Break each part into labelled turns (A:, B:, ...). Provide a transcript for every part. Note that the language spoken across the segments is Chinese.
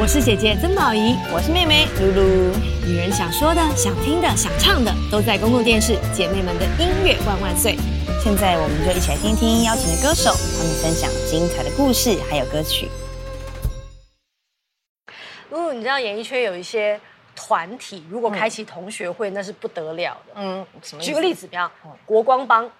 A: 我是姐姐曾宝仪，
B: 我是妹妹露露。
A: 女人想说的、想听的、想唱的，都在公共电视。姐妹们的音乐万万岁！
B: 现在我们就一起来听听邀请的歌手，他们分享精彩的故事还有歌曲。
C: 露露，嗯你知道演艺圈有一些团体，如果开启同学会，那是不得了的。
B: 嗯，什么
C: 举个例子，比方
A: 嗯
C: 国光帮。
A: 哦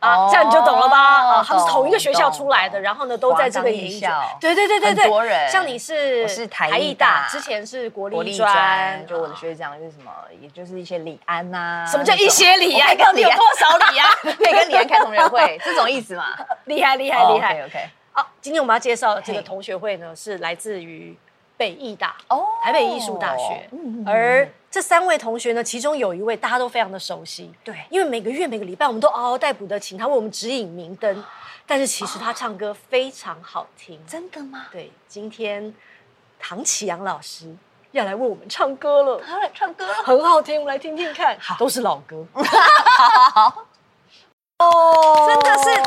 C: 啊，这样你就懂了吧？啊，他们是同一个学校出来的，然后呢，都在这个演艺圈。对对对对对，
B: 很多人
C: 像你是
B: 我是台
C: 艺
B: 艺大
C: 之前是国
B: 国
C: 立
B: 立
C: 专啊
B: 专，，就我的学长就是什么，也就是一些李安呐、
C: 什么叫一些李
B: 我可
C: 安？
B: 以跟
C: 到底
B: 李
C: 有
B: 安
C: 多少李安？
B: 那 种可以跟李安开同学会， 这种意思嘛？
C: 厉害厉害厉害！
B: ，OK，
C: 哦，今天我们要介绍的这个
B: 嘿
C: 同学会呢，是来自于北艺大
B: 哦嗯
C: 台北艺术大
D: 哦
C: 学，
D: 嗯
C: 而这三位同学呢，其中有一位大家都非常的熟悉，
B: 对
C: 因为每个月每个礼拜我们都嗷嗷待哺的请他为我们指引明灯，但是其实他唱歌非常好听，
B: 真的吗？
C: 对，今天唐启阳老师要来为我们唱歌了，
B: 他来唱歌了，
C: 很好听，我们来听听看，都是老歌，
E: 哦，
B: 真的是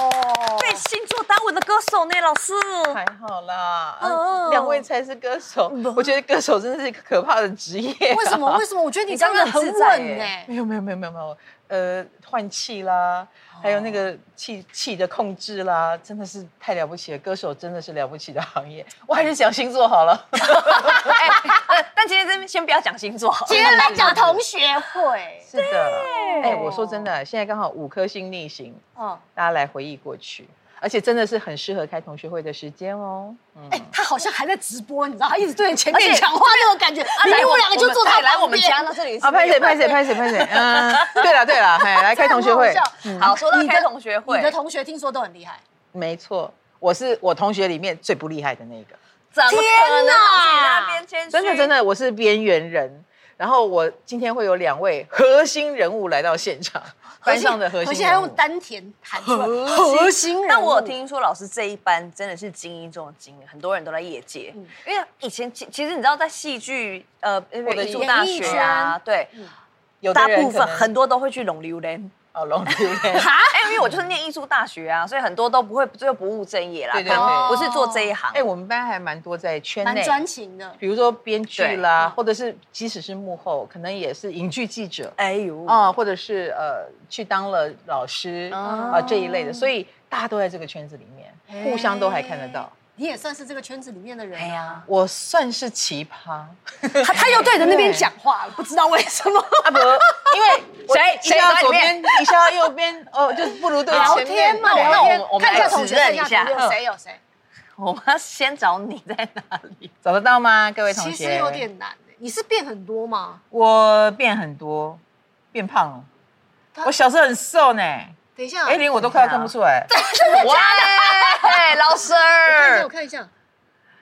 E: 被星座耽误的歌手呢，老师。
D: 还好啦，
C: 哦
D: 啊两、位才是歌手
C: 不，
D: 我觉得歌手真的是一个可怕的职业、
C: 为什 么？为什么？我觉得你
B: 你
C: 真
B: 刚
C: 的
B: 刚
C: 很
B: 很
C: 稳欸
B: 自在耶
C: 呢、
D: 没有没有没有没有没有，呃，换气啦，还有那个气气的控制啦，真的是太了不起了，歌手真的是了不起的行业。我还是讲星座好了，
E: 哎呃但今天这边先不要讲星座好了，
A: 今天来讲同学会，
D: 是的，哎、我说真的，现在刚好五颗星逆行，
C: 哦，
D: 大家来回忆过去，而且真的是很适合开同学会的时间哦。嗯，
C: 哎他好像还在直播，你知道，他一直对着前
E: 而且
C: 面讲话那种感觉。
E: 啊
C: 你
E: 来
C: 我两个就坐他
E: 哎来我
C: 旁
E: 们
C: 边。
E: 家到这里
D: 啊，拍谁拍谁拍谁拍谁，嗯，对了对了，哎，来开同学会
C: 这样，
D: 嗯
E: 好，说到
C: 你的
E: 开同学会
C: 你，的同学听说都很厉害，
D: 没错，我是我同学里面最不厉害的那一个，
E: 怎么可能？
C: 天哪
E: 老师你在那边谦虚，
D: 真的真
E: 的，
D: 的，我是边缘人。然后我今天会有两位核心人物来到现场，班上的核
C: 核
D: 心
C: 心还
D: 人物
C: 用丹田弹出来，核心人物。
E: 但我有听说老师这一班真的是精英中的精英，很多人都在业界，
D: 嗯
E: 因为以前其其实你知道在戏剧呃
D: 或者
E: 美术
D: 是
E: 大学啊，对，
D: 嗯有
E: 大
D: 的人
E: 部分
D: 可能
E: 很多都会去龙榴莲。
D: 哦，龙榴 莲
E: 哎、因为我就是念艺术大学啊，所以很多都不会最后不务正业啦，
D: 对对对
E: 可能不是做这一行。
D: 哎，我们班还蛮多在圈
C: 蛮
D: 内，
C: 专情的，
D: 比如说编剧啦，或者是即使是幕后，可能也是影剧记者，
E: 哎呦，
C: 哦
D: 啊，或者是呃去当了老师啊这一类的，所以大家都在这个圈子里面，互相都还看得到。
C: 你也算是这个圈子里面的人。
E: 哎，呀，
D: 我算是奇葩。
C: 他他又对着那边讲话了，不知道为什么。
D: 啊不，因为
E: 谁
D: 一下左边，一下右边，哦，就是不如对
C: 聊
D: 前面
C: 天嘛，
D: 那
C: 聊
D: 我
C: 天
D: 们我，们
C: 看一下
D: 来
C: 同
D: 指
C: 学，
E: 认
C: 看一下
E: 一下
C: 同学有谁
D: 嗯
C: 有谁。
E: 我们要先找你在哪里？
D: 找得到吗？各位同
C: 其
D: 学，
C: 实有点难欸，你是变很多吗？
D: 我变很多，变胖了。我小时候很瘦呢，
C: 等一下，
D: 哎，连我都快要看不出来。
E: 哇，老师，
C: 看一下，我看一下。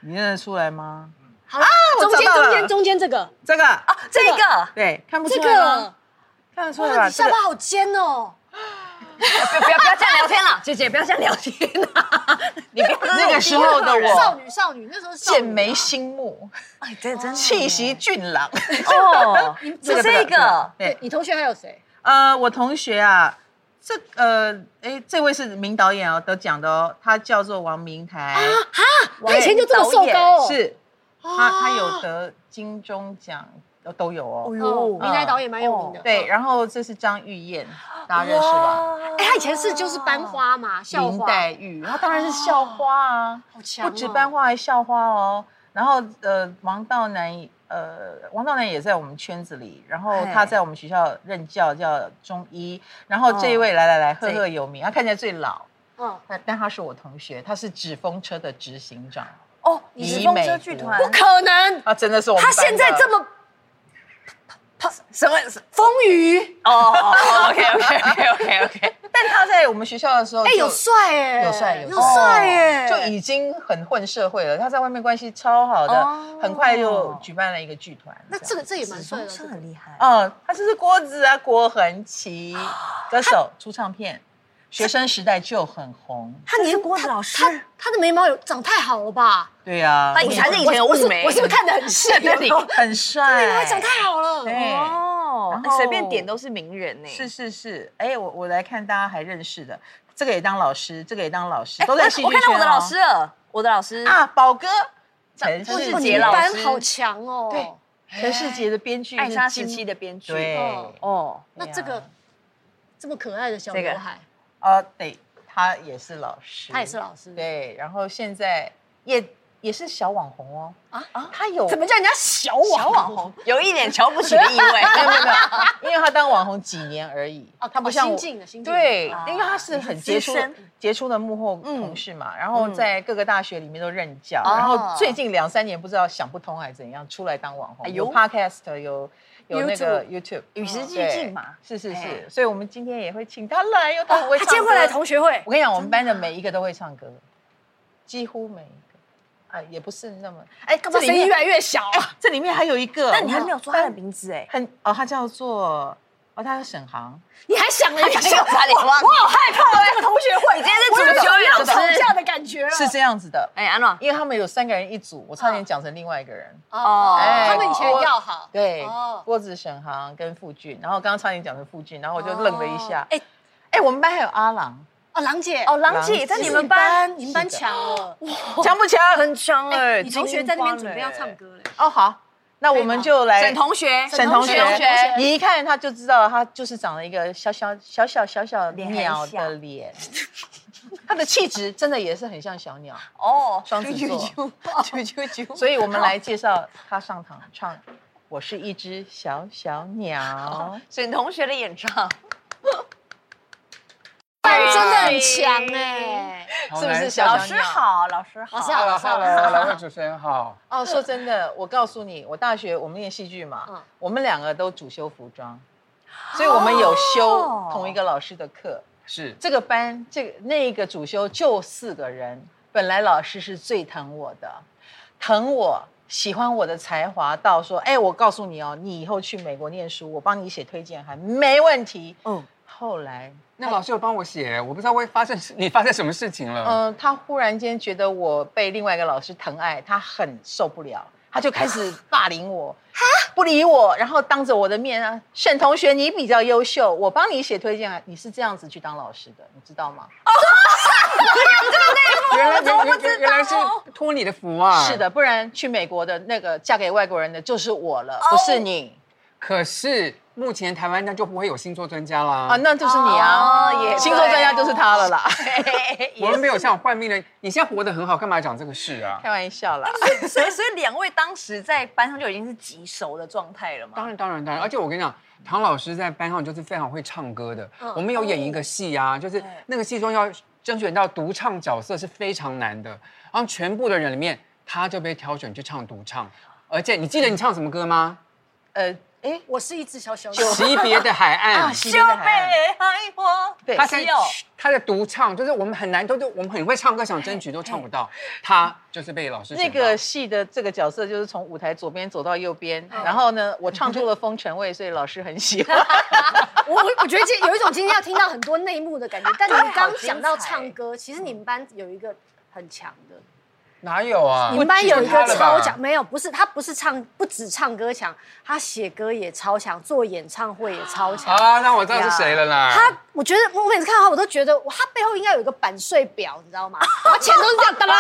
D: 你认得出来吗？
C: 好啊，
D: 我
C: 中间
D: 找到
C: 中
D: 了
C: 间中间这个
D: 这个
C: 啊
E: 这个
D: 对，看不出
C: 这
D: 来吗
C: 个，，
D: 看得出来
C: 哇，
D: 吧？
C: 你
D: 这
C: 下
D: 个
C: 巴好尖哦。
E: 不要不要不要这样聊天了， 姐姐不要这样聊 天啦。
D: 你那个时候的
C: 少
D: 我，
C: 女少女那时候是少女啊
D: 剑眉心目，
E: 哎，真的真的
D: 气息俊朗。
E: 哦，
D: 这
E: 是这个，
D: 对
C: 对，你同学还有谁？
D: 呃，我同学啊，这呃，哎，这位是名导演哦，得奖的哦，他叫做王明台，
C: 啊他以前就这么瘦高哦。啊
D: 是，他他有得金钟奖，呃都有哦。
C: 哦，明来导演蛮有名的。嗯
D: 对，然后这是张玉 燕，大家认识吧？
C: 哎，他以前是就是班花嘛，校
D: 林
C: 花，
D: 黛玉，她当然是校花啊，
C: 好强
D: 不
C: 哦。
D: 止班花，还校花哦。然后呃，王道南，呃，王道南也在我们圈子里，然后
E: 嘿
D: 他在我们学校任教，叫中医。然后这一位来来来，赫
E: 这
D: 赫有名，他看起来最老，
C: 哦嗯，
D: 但但他是我同学，他是纸风车的执行长
E: 哦，你是风车剧团
D: 不
C: 可能，
D: 啊，真的是我们
C: 他
D: 班的。
C: 现在这么
E: 什么？
C: 风雨，
E: 哦，OK OK OK OK OK，
D: 但他在我们学校的时候就，
C: 哎，有帅哎，
D: 有帅有
C: 有帅哎，
D: 就已经很混社会了。他在外面关系超好的，
E: 哦
D: 很快就举办了一个剧团。
C: 那这个
D: 样，
C: 这也蛮帅的，这
E: 是
C: 个
E: 很厉害。
D: 嗯，他就是郭子啊，郭恒奇
C: 啊
D: 歌手出唱片，学生时代就很红。
C: 他年
E: 郭
D: 哦
E: 子老师
C: 他他他的眉毛有长太好了吧？
D: 对呀、啊
E: 那，以前还是以前有
C: 哎我是
E: 雾眉，
C: 我是不是看得很细？
D: 对你很帅，
C: 眉毛长太好 了，
D: 对
E: 哦
D: 然后
E: 随便点都是名人呢。
D: 是是是，哎，我我来看大家还认识的，这
F: 哦
D: 个也当老师，这个也当老师，都在戏剧
E: 我
D: 圈、
E: 看到我的老师了，我的老师
D: 啊，宝哥。
F: 啊陈
D: 不
F: 世
D: 是
C: 哇你
F: 杰
D: 杰
C: 们
F: 老
D: 老
C: 班
F: 师，
C: 好强哦。
F: 对，陈世杰的编剧
D: 《暗杀
F: 是
D: 时
F: 金
D: 期》的编剧，
F: 对
C: 哦
D: 哦，
C: 那这
F: 对
C: 个
F: 啊
C: 这嗯么可爱的小
D: 这个
C: 刘海，
F: 啊，对，他也是老师，
C: 他也是老师。
F: 对，然后现在也也是小网红哦
C: 啊
F: 啊，他有
C: 怎么叫人家小网
D: 小网红有一点瞧不起的意 味。
F: 没有没有没有，因为他当网红几年而已，
C: 啊，
F: 他不像
C: 新
F: 我。
C: 进的新进的
F: 对，
C: 啊
F: 因为他是很杰出杰出的幕后同事嘛，然后在各个大学里面都任教，
D: 哦
F: 然后最近两三年不知道想不通还是怎样，出来当网红，
D: 哎呦
F: 有 podcast，有有那个 YouTube，嗯
D: 与时俱
F: 对
D: 进嘛，
F: 是是
D: 哎
F: 是，所以我们今天也会请他来，又他很会
C: 他
F: 唱
C: 啊今天会来
F: 歌
C: 同学会
F: 我跟你讲，我们班的每一个都会唱歌，几乎每一个，啊，也不是那么，哎，干
C: 这声音越来越小啊？
F: 这里面还有一个，
D: 那你还没有说他的
F: 我们
D: 名字哎，
F: 班，很哦，他叫做哦，他叫沈航，
C: 你还想了一
D: 这个
C: 下？
D: 差点忘了
C: 我。好害怕哦，这个同学会，你今
D: 天在主修
C: 有要
D: 老师
C: 吵架的感觉了。
F: 是这样子的，
D: 哎，安诺，
F: 因为他们有三个人一组，我差点讲成另外一个人。
C: 哦，
F: 哎
C: 他们以前很要好。
F: 对
C: 哦，
F: 郭子、沈航跟傅俊，然后刚刚差点讲成傅俊，然后我就愣了一下。
C: 哎
F: 哎，我们班还有阿郎，
C: 哦，郎姐，
D: 哦，郎姐也在
C: 是
D: 你们班，
C: 你们班强了。
F: 强不强？
D: 很强哎，
C: 你同学在那边准备要
D: 精英班
C: 唱
D: 哎。
C: 歌嘞。
F: 哦，好，那我们就来
D: 沈同学，
F: 沈同学
D: 沈同学，
F: 你一看他就知道他就是长了一个小小小小小小
D: 脸很
F: 鸟
D: 小
F: 的脸，他的气质真的也是很像小鸟，
D: 哦，
F: 双子座
D: 啾啾啾啾啾，
F: 所以我们来介绍他上堂唱《我是一只小小鸟》。
D: 沈同学的演唱，
C: 班真的很强哎。
F: 是不是小
D: 老
F: 小
D: 师
F: 鸟
D: 好，老师好，
C: 老师好
G: Hello，Hello，两 位主持人好。
F: 哦，说真的，我告诉你，我大学我们念戏剧嘛，
C: 嗯
F: 我们两个都主修服装，所以我们有修同一个老师的课。
G: 是
F: 这个班，这个那一个主修就四个人，本来老师是最疼我的，疼我。喜欢我的才华到说，哎，我告诉你哦，你以后去美国念书，我帮你写推荐函，没问题。
D: 嗯
F: 嗯，后来
G: 那老师有帮我写，我不知道会发生你发生什么事情了。
F: 嗯、他忽然间觉得我被另外一个老师疼爱，他很受不了，他就开始霸凌我，不理我，然后当着我的面啊，沈同学你比较优秀，我帮你写推荐啊，你是这样子去当老师的，你知道吗？
G: 原来原原原原来是托你的福啊！
F: 是的，，不然去美国的那个嫁给外国人的就是我了，不是你、
G: 可是目前台湾那就不会有星座专家啦。
F: 啊，那就是你啊，
D: 哦也
F: 星座专家就是他了啦，
G: 我们没有像换命的，你现在活得很好，干嘛讲这个事啊？
F: 开玩笑啦。
D: 所以所以两位当时在班上就已经是极熟的状态了嘛
G: 当？然，当然，当然。而且我跟你讲，唐老师在班上就是非常会唱歌的。我们有演一个戏啊，就是那个戏中要甄选到独唱角色是非常难的，然后全部的人里面，他就被挑选去唱独唱。而且你记得你唱什么歌吗？
F: 呃，哎，
C: 我是一只小小鸟。
G: 惜别的海岸。
F: 啊，西
D: 就
F: 边的
D: 被
F: 海岸
D: 海波，
F: 对
G: 他
D: 是
G: 在
D: 哦
G: 他在独唱，就是我们很难都都我们很会唱歌，想争取都唱不到，他就是被老师
F: 那
G: 选到
F: 个戏的这个角色就是从舞台左边走到右边，然后呢，我唱出了风尘味，所以老师很喜欢。
C: 我我我觉得今有一种今天要听到很多内幕的感觉，但你们刚讲到唱歌，其实你们班有一个很强的，
G: 哪有啊？
C: 你们班有一
G: 不
C: 个
G: 止他了
C: 超
G: 吧
C: 强，，没有不是他不是唱不止唱歌强，他写歌也超强，做
H: 哦
C: 演唱会也超强。
G: 啊，那我知道是谁了啦。
C: 哦他，我觉得我每次看到他，我都觉得哇他背后应该有一个版税表，你知道吗？他钱都是这样哒啦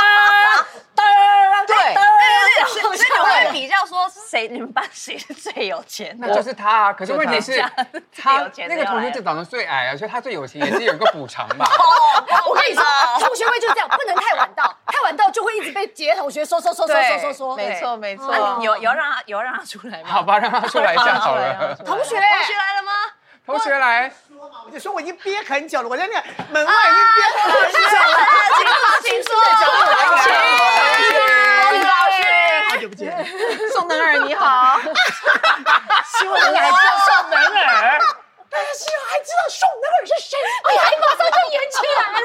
C: 哒啦，
F: 对
D: 对对对，所以你们会比较说谁你们班谁是最有钱的？
G: 那就是他啊。可是问题是
D: 就他，最
G: 他
D: 有钱的
G: 那个同
D: 又来
G: 学
D: 了
G: 就长得最矮啊，所以他最有钱也是有一个补偿吧。
C: 我跟你说，同学会就这样，不能太晚 到， 太晚到就会一直被其他同学说说说说说说说。
F: 没错，没错。
D: 啊有有要让他有要让他出来吗？
G: 好吧，让他出来一下好了。
F: 同
C: 同学，
D: 同学来了吗？
G: 同学来，
H: 我就说我已经憋很久了，我在那门外已经憋很久了。
D: 请说，
H: 好久不见，
F: 宋能儿你 好，
H: 希望你还知道宋能儿，大家希望还知道宋能儿是谁。哎呀，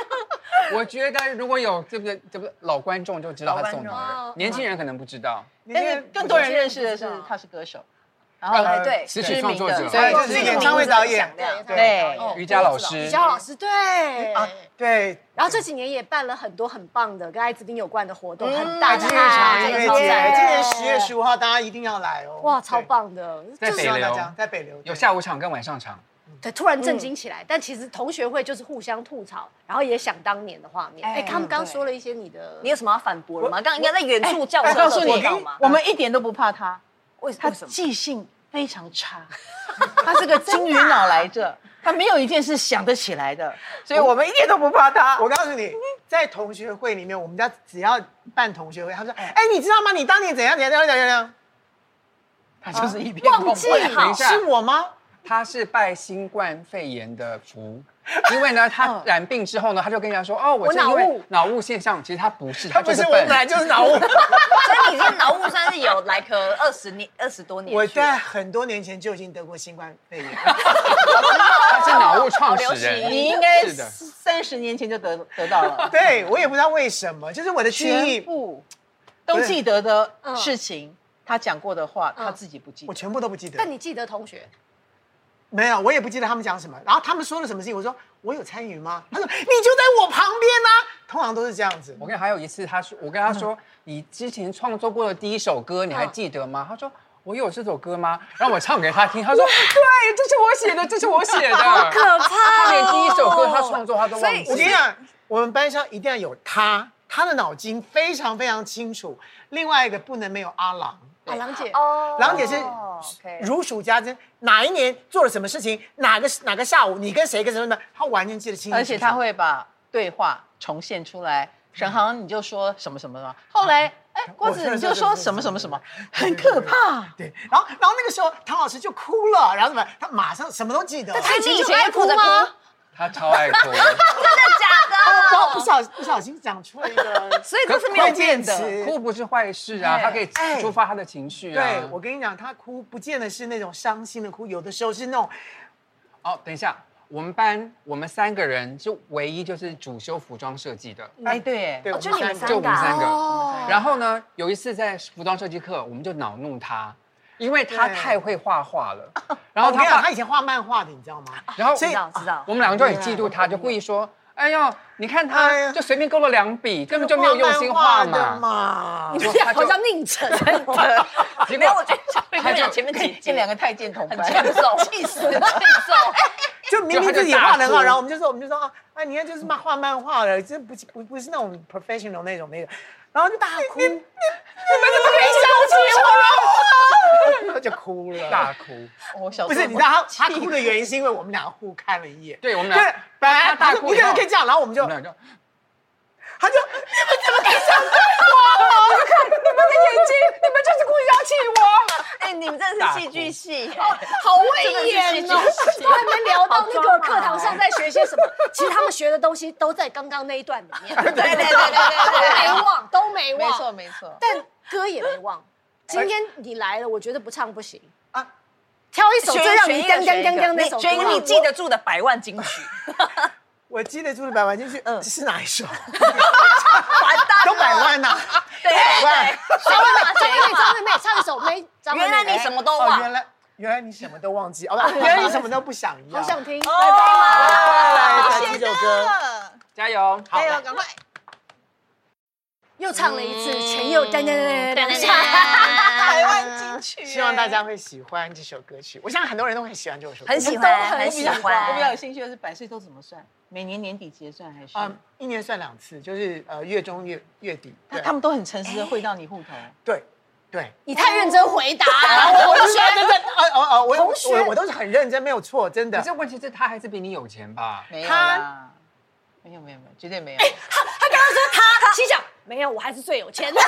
G: 我觉得如果有这个这个老观众就知道他送的人，年轻人可能不知道。
F: 但是更多人认识的是他是歌手，然后
G: 呃
D: 对
G: 词
F: 知
G: 曲
F: 名
G: 创
F: 的
G: 作者，
C: 哎
F: 所以
H: 就是演唱会导演
C: 对
F: 对
G: 瑜伽老师，
C: 瑜伽老师对。
H: 啊，对，
C: 然后这几年也办了很多很棒的跟艾滋病有关的活动，很大
H: 大
C: 的
H: 金日常音乐节，今年十月十
C: 五，
H: 五号大家一定要来哦。
C: 哇，超棒的！
G: 在
H: 对！
G: 北
H: 希望大
G: 流
F: 哦
H: 家在北流
G: 有下午场跟晚上场。
C: 对，突然震惊起来。但其实同学会就是互相吐槽，然后也想当年的画面。哎，他们刚说了一些你的，
D: 你有什么要反驳的吗？刚刚应该在远处叫
F: 哎我
D: 我
F: 告诉你
D: 到吗，？
F: 我们一点都不怕他，
D: 为
F: 他
D: 为什么？
F: 记性非常差， 他是个金鱼脑来 着，他没有一件事想得起来的，所以我们一点都不怕他。
H: 我告诉你，在同学会里面，我们家只要办同学会，他说：“
D: 嗯
H: 哎、你知道吗？你当年怎样怎样怎样怎样怎样？
G: 他就是一片
C: 忘记
G: 空白等一下
H: 是我吗？
G: 他是拜新冠肺炎的福，因为呢，他染病之后呢，他就跟人家说，哦，我是因
C: 脑
G: 为
C: 雾
G: 脑雾现象，其实他不是，
H: 他
G: 他
H: 不
G: 就是是
H: 我，
G: 笨
H: 本。来
D: 嗯
H: 就是脑雾。
D: 所以你这脑雾算是有来可二十年、二十多年去。
H: 我在很多年前就已经得过新冠肺炎，
G: 他是脑雾创 始人，
F: 你应该
G: 是的，
F: 三十年前就得得到了，
H: 对我也不知道为什么，就是我的记
F: 全
H: 忆，
F: 部都记得的事情，他讲过的话，他自己不记
H: 我
F: 得。
H: 全部都不记得。
C: 但你记得同学，
H: 没有，我也不记得他们讲什么。然后他们说了什么事情，我说我有参与吗？他说你就在我旁边啊。通常都是这样子。
G: 我跟你还有一次，他说我跟他说、你之前创作过的第一首歌，你还记得吗？他说我有这首歌吗？然后我唱给他听，他说对，这是我写的，这是我写的，好可怕、他连第一首歌他创作他都忘记。
H: 我跟你讲，我们班上一定要有他，他的脑筋非常非常清楚。另外一个不能没有阿郎，
C: 啊，郎姐，
D: 哦
H: 郎姐是
D: 哦，OK
H: 如数家珍，哪一年做了什么事情，哪个哪个下午你跟谁跟什么的，他完全记得清楚。
F: 而且他会把对话重现出来。沈航，你就说什么什么什么，后来哎，郭
H: 嗯我
F: 子
H: 真的
F: 你就说什么什么什么，
H: 对
F: 很
H: 对对
F: 可怕。
H: 对，然后然后那个时候唐老师就哭了，然后怎么样，他马上什么都记得。
C: 哎你以前
D: 爱
C: 也哭
D: 哭着
C: 吗？
G: 他超爱 哭，
H: 他不不小不小心讲出了一 个
D: 所以这是没有
H: 关
D: 变
H: 键
D: 的。
H: 词。
G: 哭不是坏事啊，他可以
H: 哎
G: 抒发他的情绪啊。
H: 对，我跟你讲，他哭不见得是那种伤心的哭，有的时候是那种
G: 哦，等一下，我们班我们三个人就唯一就是主修服装设计的，
F: 哎，对，
H: 对，
D: 哦就你们三
G: 就
D: 个
G: 我们三个。
C: 哦，
G: 然后呢，有一次在服装设计课，我们就恼怒他，因为他
H: 对哦
G: 太会画画 了。然
H: 然
G: 后
H: 后他
G: 他
H: 讲，
G: 画
H: 他，以前画漫画的，你知道吗？
G: 然后
H: 所以
D: 知道知道
G: 我们两个就很嫉妒他，就故意说：“哎呦，你看
H: 哎
G: 他
H: 呀
G: 就随便勾了两笔，根本就没有用心画
H: 画漫画
G: 嘛。
H: 的嘛
C: 你。们俩好像宁晨，”
G: 结
D: 没有，我
G: 果
D: 觉得
G: 他
D: 他
G: 就
D: 就前 面
H: 哎
D: 几
F: 这
D: 集
F: 两个太监同
D: 很
F: 班，
D: 欠揍，气死了，欠揍。
H: 就
G: 就
H: 明
G: 他
H: 明
G: 就
H: 自己画的
G: 大
H: 很好，
G: 哭
H: 然后我们就说，我们就说啊，啊，你看就是漫画漫画的，这不不不是那种 professional 那种那种，然后就大哭，你们怎么可以 笑出我了？然后就哭 了。
G: 大哭。
F: 我小
H: 不
F: 时候
H: 是，你知道他他哭的原因是因为我们俩互看了一眼，
G: 对我们
H: 对
G: 俩，，
H: 本来
G: 他大
H: 他
G: 哭
H: 说你
G: 以
H: 怎
G: 后
H: 么可以这样，然后我们
G: 我
H: 就
G: 们俩就
H: 他就
D: 哎，你们真的是戏剧系，
C: 好会演
D: 真
C: 哦
D: 的是戏剧系。
C: 还没聊到那
D: 好抓
C: 个
D: 马
C: 课堂上在学些什么，其实他们学的东西都在刚刚那一段里面，
D: 对对对对
C: 都
D: 对
C: 没忘，都没
F: 没
C: 忘，
F: 错没错，
C: 但歌也没忘。今天你来了，我觉得不唱不行啊
H: 啊，
C: 挑一首
D: 对，
C: 最让你当当当当那首歌，
D: 选一个你记得住的百万金曲，
H: 我记得住了百万金曲，嗯，是哪一首？
D: 完蛋了，
H: 都百万呐，
D: 对，
H: 百万。
D: 选一个
C: 张
D: 选
C: 惠妹，张
D: 一个
C: 惠妹唱一首没？张惠妹
D: 原来你什么都
H: 哦，
D: 忘
H: 原，来原来你什么都忘记，哦，不，原来你什么都不想要。
C: 好想听。
H: 来来来，听这首歌。
G: 加油，好。
F: 哎呦，赶快！
C: 又唱了一次，前又噔噔噔噔噔
F: 百万金曲，
H: 希望大家会喜欢这首歌曲。我相信很多人都会喜欢这首歌，
D: 很喜欢，很喜
F: 我比较有
D: 欢。
F: 兴趣的是百岁都怎么算？每年年底结算还是？
H: 嗯，一年算两次，就是呃月中月月底。
F: 他
H: 对
F: 他们都很诚实的汇到你户头。
H: 对 对。
C: 你太认真回答，
H: 我是真的，哦哦哦，我
C: 同学
H: 我我都是很认真，没有错，真
G: 可
H: 的
G: 是。问题是，他还是比你有钱吧？
F: 没有啦，没有没有没有，绝对没有。
C: 他心想没有，我还是最有钱的。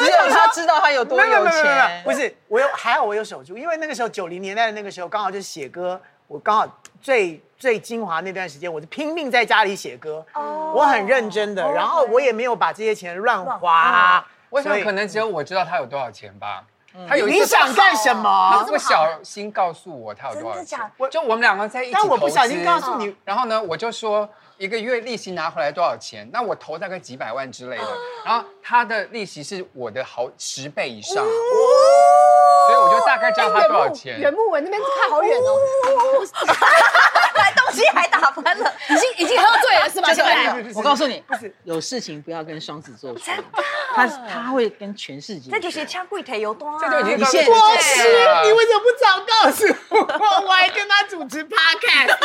F: 只有他知道他有多
H: 没有
F: 有
H: 没有没有没
F: 钱
H: 有，。不是，我有还好我有守住，因为那个时候九零年代的那个时候，刚好就是写歌，我刚好最最精华那段时间，我是拼命在家里写歌，我很认真的，然后我也没有把这些钱哦乱花。
G: 我想
H: 所以嗯
G: 可能只有我知道他有多少钱吧。他有一次
H: 你想干什
G: 他
H: 么？
G: 不小心告诉我他有多少钱，就我们两个在一起投
H: 但
G: 资。
H: 我不小心告诉你，
G: 然后呢，我就说一个月利息拿回来多少钱？那我投大概几百万之类的，然后他的利息是我的好十倍以上，所以我就大概知道他多少钱。
C: 袁木文那边看好远哦，
D: 来动机还打翻了，
I: 已经已经喝醉了是吧？现 在
F: 哎我告诉你，有事情不要跟双子座说，他他会跟全世界。
D: 那就是掐柜台油多啊。
G: 这就已经
F: 你现
G: 告诉
H: 博
G: 自己
H: 士
G: 了，
H: 你为什么不早告诉我？ 我还跟他主持 podcast，我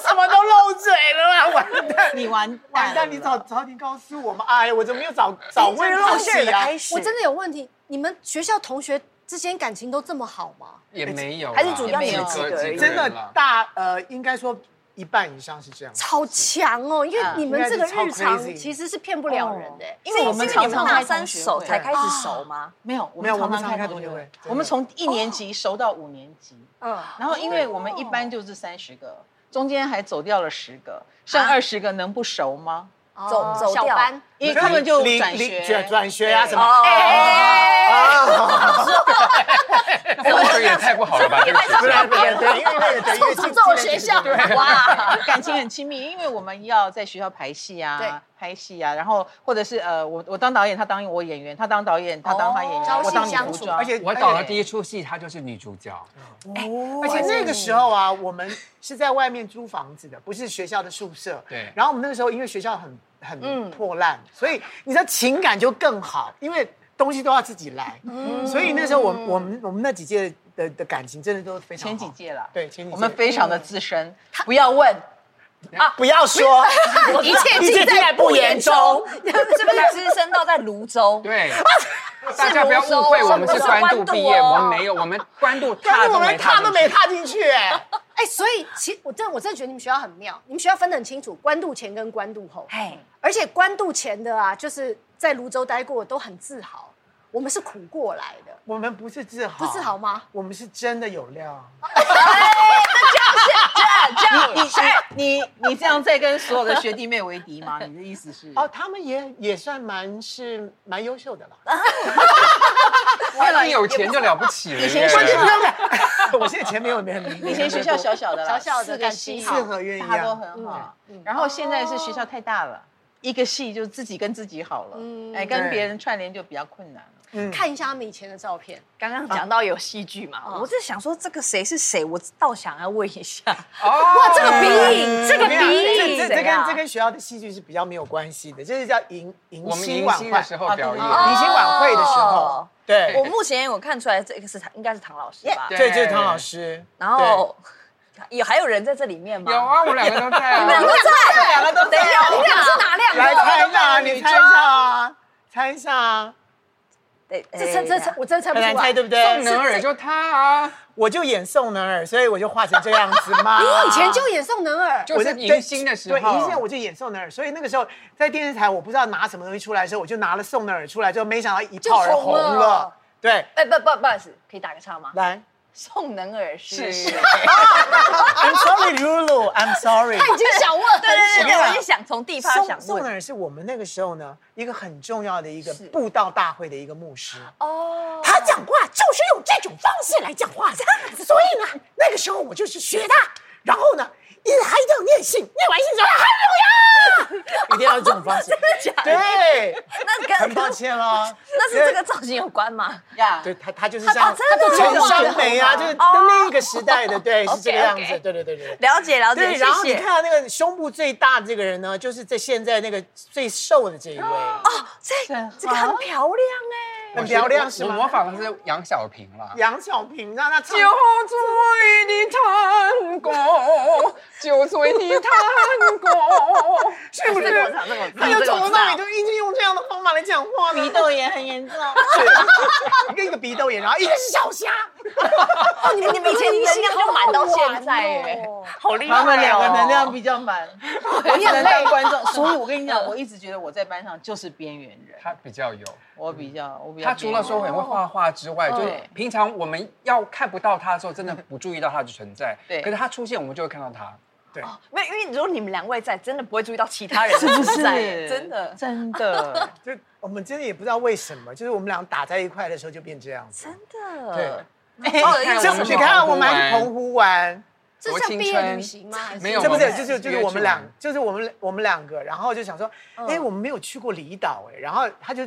H: 什么都漏嘴了啦，完蛋！
F: 你完
H: 完
F: 蛋了
H: 蛋！你早早点告诉我嘛！哎呀，我怎么没有早早
D: 这
H: 问
D: 是
H: 自
D: 露馅儿
H: 己
D: 的
H: 啊？
D: 开始。
I: 我真的有问题，你们学校同学之间感情都这么好吗？
G: 也没有啦，
D: 还是主要
G: 也没有
F: 你自己
G: 几个
D: 而已
G: 人
H: 真的
G: 啦
H: 大呃，应该说一半以上是这样。
I: 好强哦，因为你们这个日
H: 应该是超
I: 常
H: crazy
I: 其实是骗不了人的。
F: 因为我们常
D: 你
F: 常
D: 们
F: 开
D: 大
F: 同
D: 三
F: 学
D: 手
F: 会
D: 才开始熟吗？
F: 没有，我
H: 没有
F: 们常
H: 我们
F: 常开
H: 常开
F: 同
H: 同
F: 学
H: 学
F: 会
H: 会，
F: 我们从一年级熟到五年级，
C: 嗯，
F: 然后因为
H: 哦
F: 我们一般就是三十个，中间还走掉了十个，剩二十个能不熟吗？
D: 走走
I: 小
D: 掉
I: 班，
F: 因为他们就
H: 啊零
F: 转
H: 零
F: 学，
H: 转转学啊什么。
D: 哦，
G: 那这个也太不好了吧？这个学
H: 不
G: 校
H: 然不然
F: 哦
H: 对，因为为了等于
I: 这种学校哇，
F: 感情很亲密，因为我们要在学校排戏
I: 对
F: 啊，拍戏啊，然后或者是呃，我我当导演，他当我演员，他当导演，他当他演
H: 哦
F: 员，
I: 朝
F: 我
I: 夕
F: 当你
I: 相
F: 服
I: 处
F: 装，
H: 而且
G: 我导的第一出戏，她就是女主角，
H: 而且那个时候啊，我们是在外面租房子的，不是学校的宿舍。
G: 对
H: 然后我们那个时候因为学校很
F: 嗯
H: 很破烂，所以你的情感就更好，因为东西都要自己来。
F: 嗯
H: 所以那时候我我们我们那几届的的感情真的都非常
F: 前
H: 好
F: 几。届了，
H: 对前几届
F: 我们非常的资深，不要问，
H: 不要说，
I: 一切尽在不言中。
D: 是不是资深到在泸州？
G: 对。大家不要误会，我们是官渡毕业，我们没有，我们官渡
I: 啊
G: 踏
H: 但是
G: 都
H: 我
G: 没
H: 们
G: 踏
H: 踏都没
G: 进去
H: 踏进去哎、
I: 哎，所以其我真的我真的觉得你们学校很妙，你们学校分得很清楚，官渡前跟官渡后。
D: 嘿，
I: 而且官渡前的啊，就是在泸州待过，都很自豪，我们是苦过来的，
H: 我们不是自豪，
I: 不自豪吗？
H: 我们是真的有料。
F: 啊你哎你你你这样在跟所有的学弟妹为敌吗？你的意思是？
H: 哦，他们也也算蛮是蛮优秀的啦。
G: 哇你有钱就了不起了耶。
H: 我现在前面我没很
F: 以前学校小小的
I: 小
F: 啦，
I: 小的
F: 四个
I: 感情
F: 系
H: 四合院一样
F: 大家都很好。然后现在是学校太大了，一个系就自己跟自己好了，哎，跟
H: 对
F: 别人串联就比较困难了。
H: 嗯
I: 看一下他们以前的照片，
D: 刚刚讲到有戏剧嘛，我是想说这个谁是谁，我倒想要问一下。
G: 哇，这个
H: 鼻影，这个
D: 鼻影
H: 这这这
D: 谁啊
H: 跟这跟学校的戏剧是比较没有关系的，就是叫迎迎
G: 我们
H: 新
G: 迎
H: 晚
G: 新的
H: 会
G: 时候表演，
F: 哦
H: 迎新晚会的时候，
I: 哦
H: 对
D: 我目前有看出来这个是唐，应该是唐老师吧？
G: Yeah
H: 对，就是唐老师，
D: 然后哦有还有人在这里面吗？
G: 有啊，我们两个都 在啊。
D: 在，两个都在。等一下，
I: 你俩是哪
H: 对
I: 两
H: 来
I: 个？
H: 猜一下，你猜一下啊，猜一下啊，
D: 对，哎
I: 这猜这猜，我真的猜不啊
H: 很
I: 出
H: 难猜
I: 来。
H: 对不
G: 宋
H: 对？
G: 能尔就他啊，
H: 我就演宋能尔，所以我就画成这样子嘛。
I: 你以前就演宋能尔，
G: 就
H: 我在
G: 是迎新的时候，
H: 对，迎新我就演宋能尔，所以那个时候在电视台我不知道拿什么东西出来的时候，我就拿了宋能尔出来，之后没想到一炮而
I: 就
H: 红
I: 红了
H: 了。对，
D: 哎，不不不好意思，可以打个岔吗？
H: 来
D: 宋能尔是，
G: 是
H: ，I'm sorry Lulu，I'm sorry。
I: 他已经想问很
D: 对对
I: 久
D: 对，
I: 了。
D: 我就想从地方想
H: 宋宋能
D: 问。
H: 尔是我们那个时候呢一个很重要的一个布道大会的一个牧师。
D: 哦，
H: 他讲话就是用这种方式来讲话的， 所以呢，那个时候我就是学他，然后呢，一还一定要念信，念完信之后哈利路亚，一定要用这种 方式。
D: 真的假的？
H: 对，
D: 那跟
H: 很抱 歉哦啦。
D: 那是这个造型有关吗？
F: 呀，
H: 对他，他就是
D: 他
H: 像
D: 哦真的
H: 陈
D: 吗
H: 香梅啊，就是那个时代的，对，是这个
D: 哦 OK，OK
H: 样子，对对对对对。
D: 了解了
H: 对，
D: 解，谢
H: 然后你
D: 谢
H: 看。到那个胸部最大的这个人呢，就是在现在那个最瘦的这一位，
D: 哦这个很漂亮哎、
H: 很漂亮是
G: 我
H: 吗？
G: 模仿的是杨小平啦。
H: 杨小平让他唱
G: 酒醉的 探戈，酒醉的探戈，
H: 是不是？他就从头到尾就一直用这样的方法来讲话 呢。
F: 鼻窦炎很严重。
H: 是，跟一个鼻窦炎，然后一个是小虾，
D: 哦，你们你们以前能量就满到现在哎、好厉
F: 他们两个能量比较满，我能当观众，所以我跟你讲，
D: 嗯
F: 我一直觉得我在班上就是边缘人，
G: 他比较有。
F: 我比较我比较边缘。
G: 他除了说很会画画之外，就是
F: 对
G: 平常我们要看不到他的时候，真的不注意到他的存 在。
F: 对
G: 可是他出现，我们就会看到他。
D: 没有，因为如果你们两位在，真的不会注意到其他人的
F: 是不
D: 存在
F: 是
D: 真的。
F: 真的？
H: 就我们真的也不知道为什么，就是我们俩打在一块的时候就变这样子。
D: 真的，
H: 对，
D: 啊
G: 看
H: 这
G: 我们
H: 你看，我们
G: 澎湖湾
H: 还去澎湖玩，
I: 这
G: 我
I: 像
G: 青
I: 毕业
G: 春
I: 旅 行吗？还是
G: 没有
H: 这不
G: 我
H: 是
G: 们
H: 就是就是
G: 约
H: 我们
G: 去
H: 俩
G: 玩，
H: 就是我们我们两个，然后就想说，哎，我们没有去过离岛哎，然后他就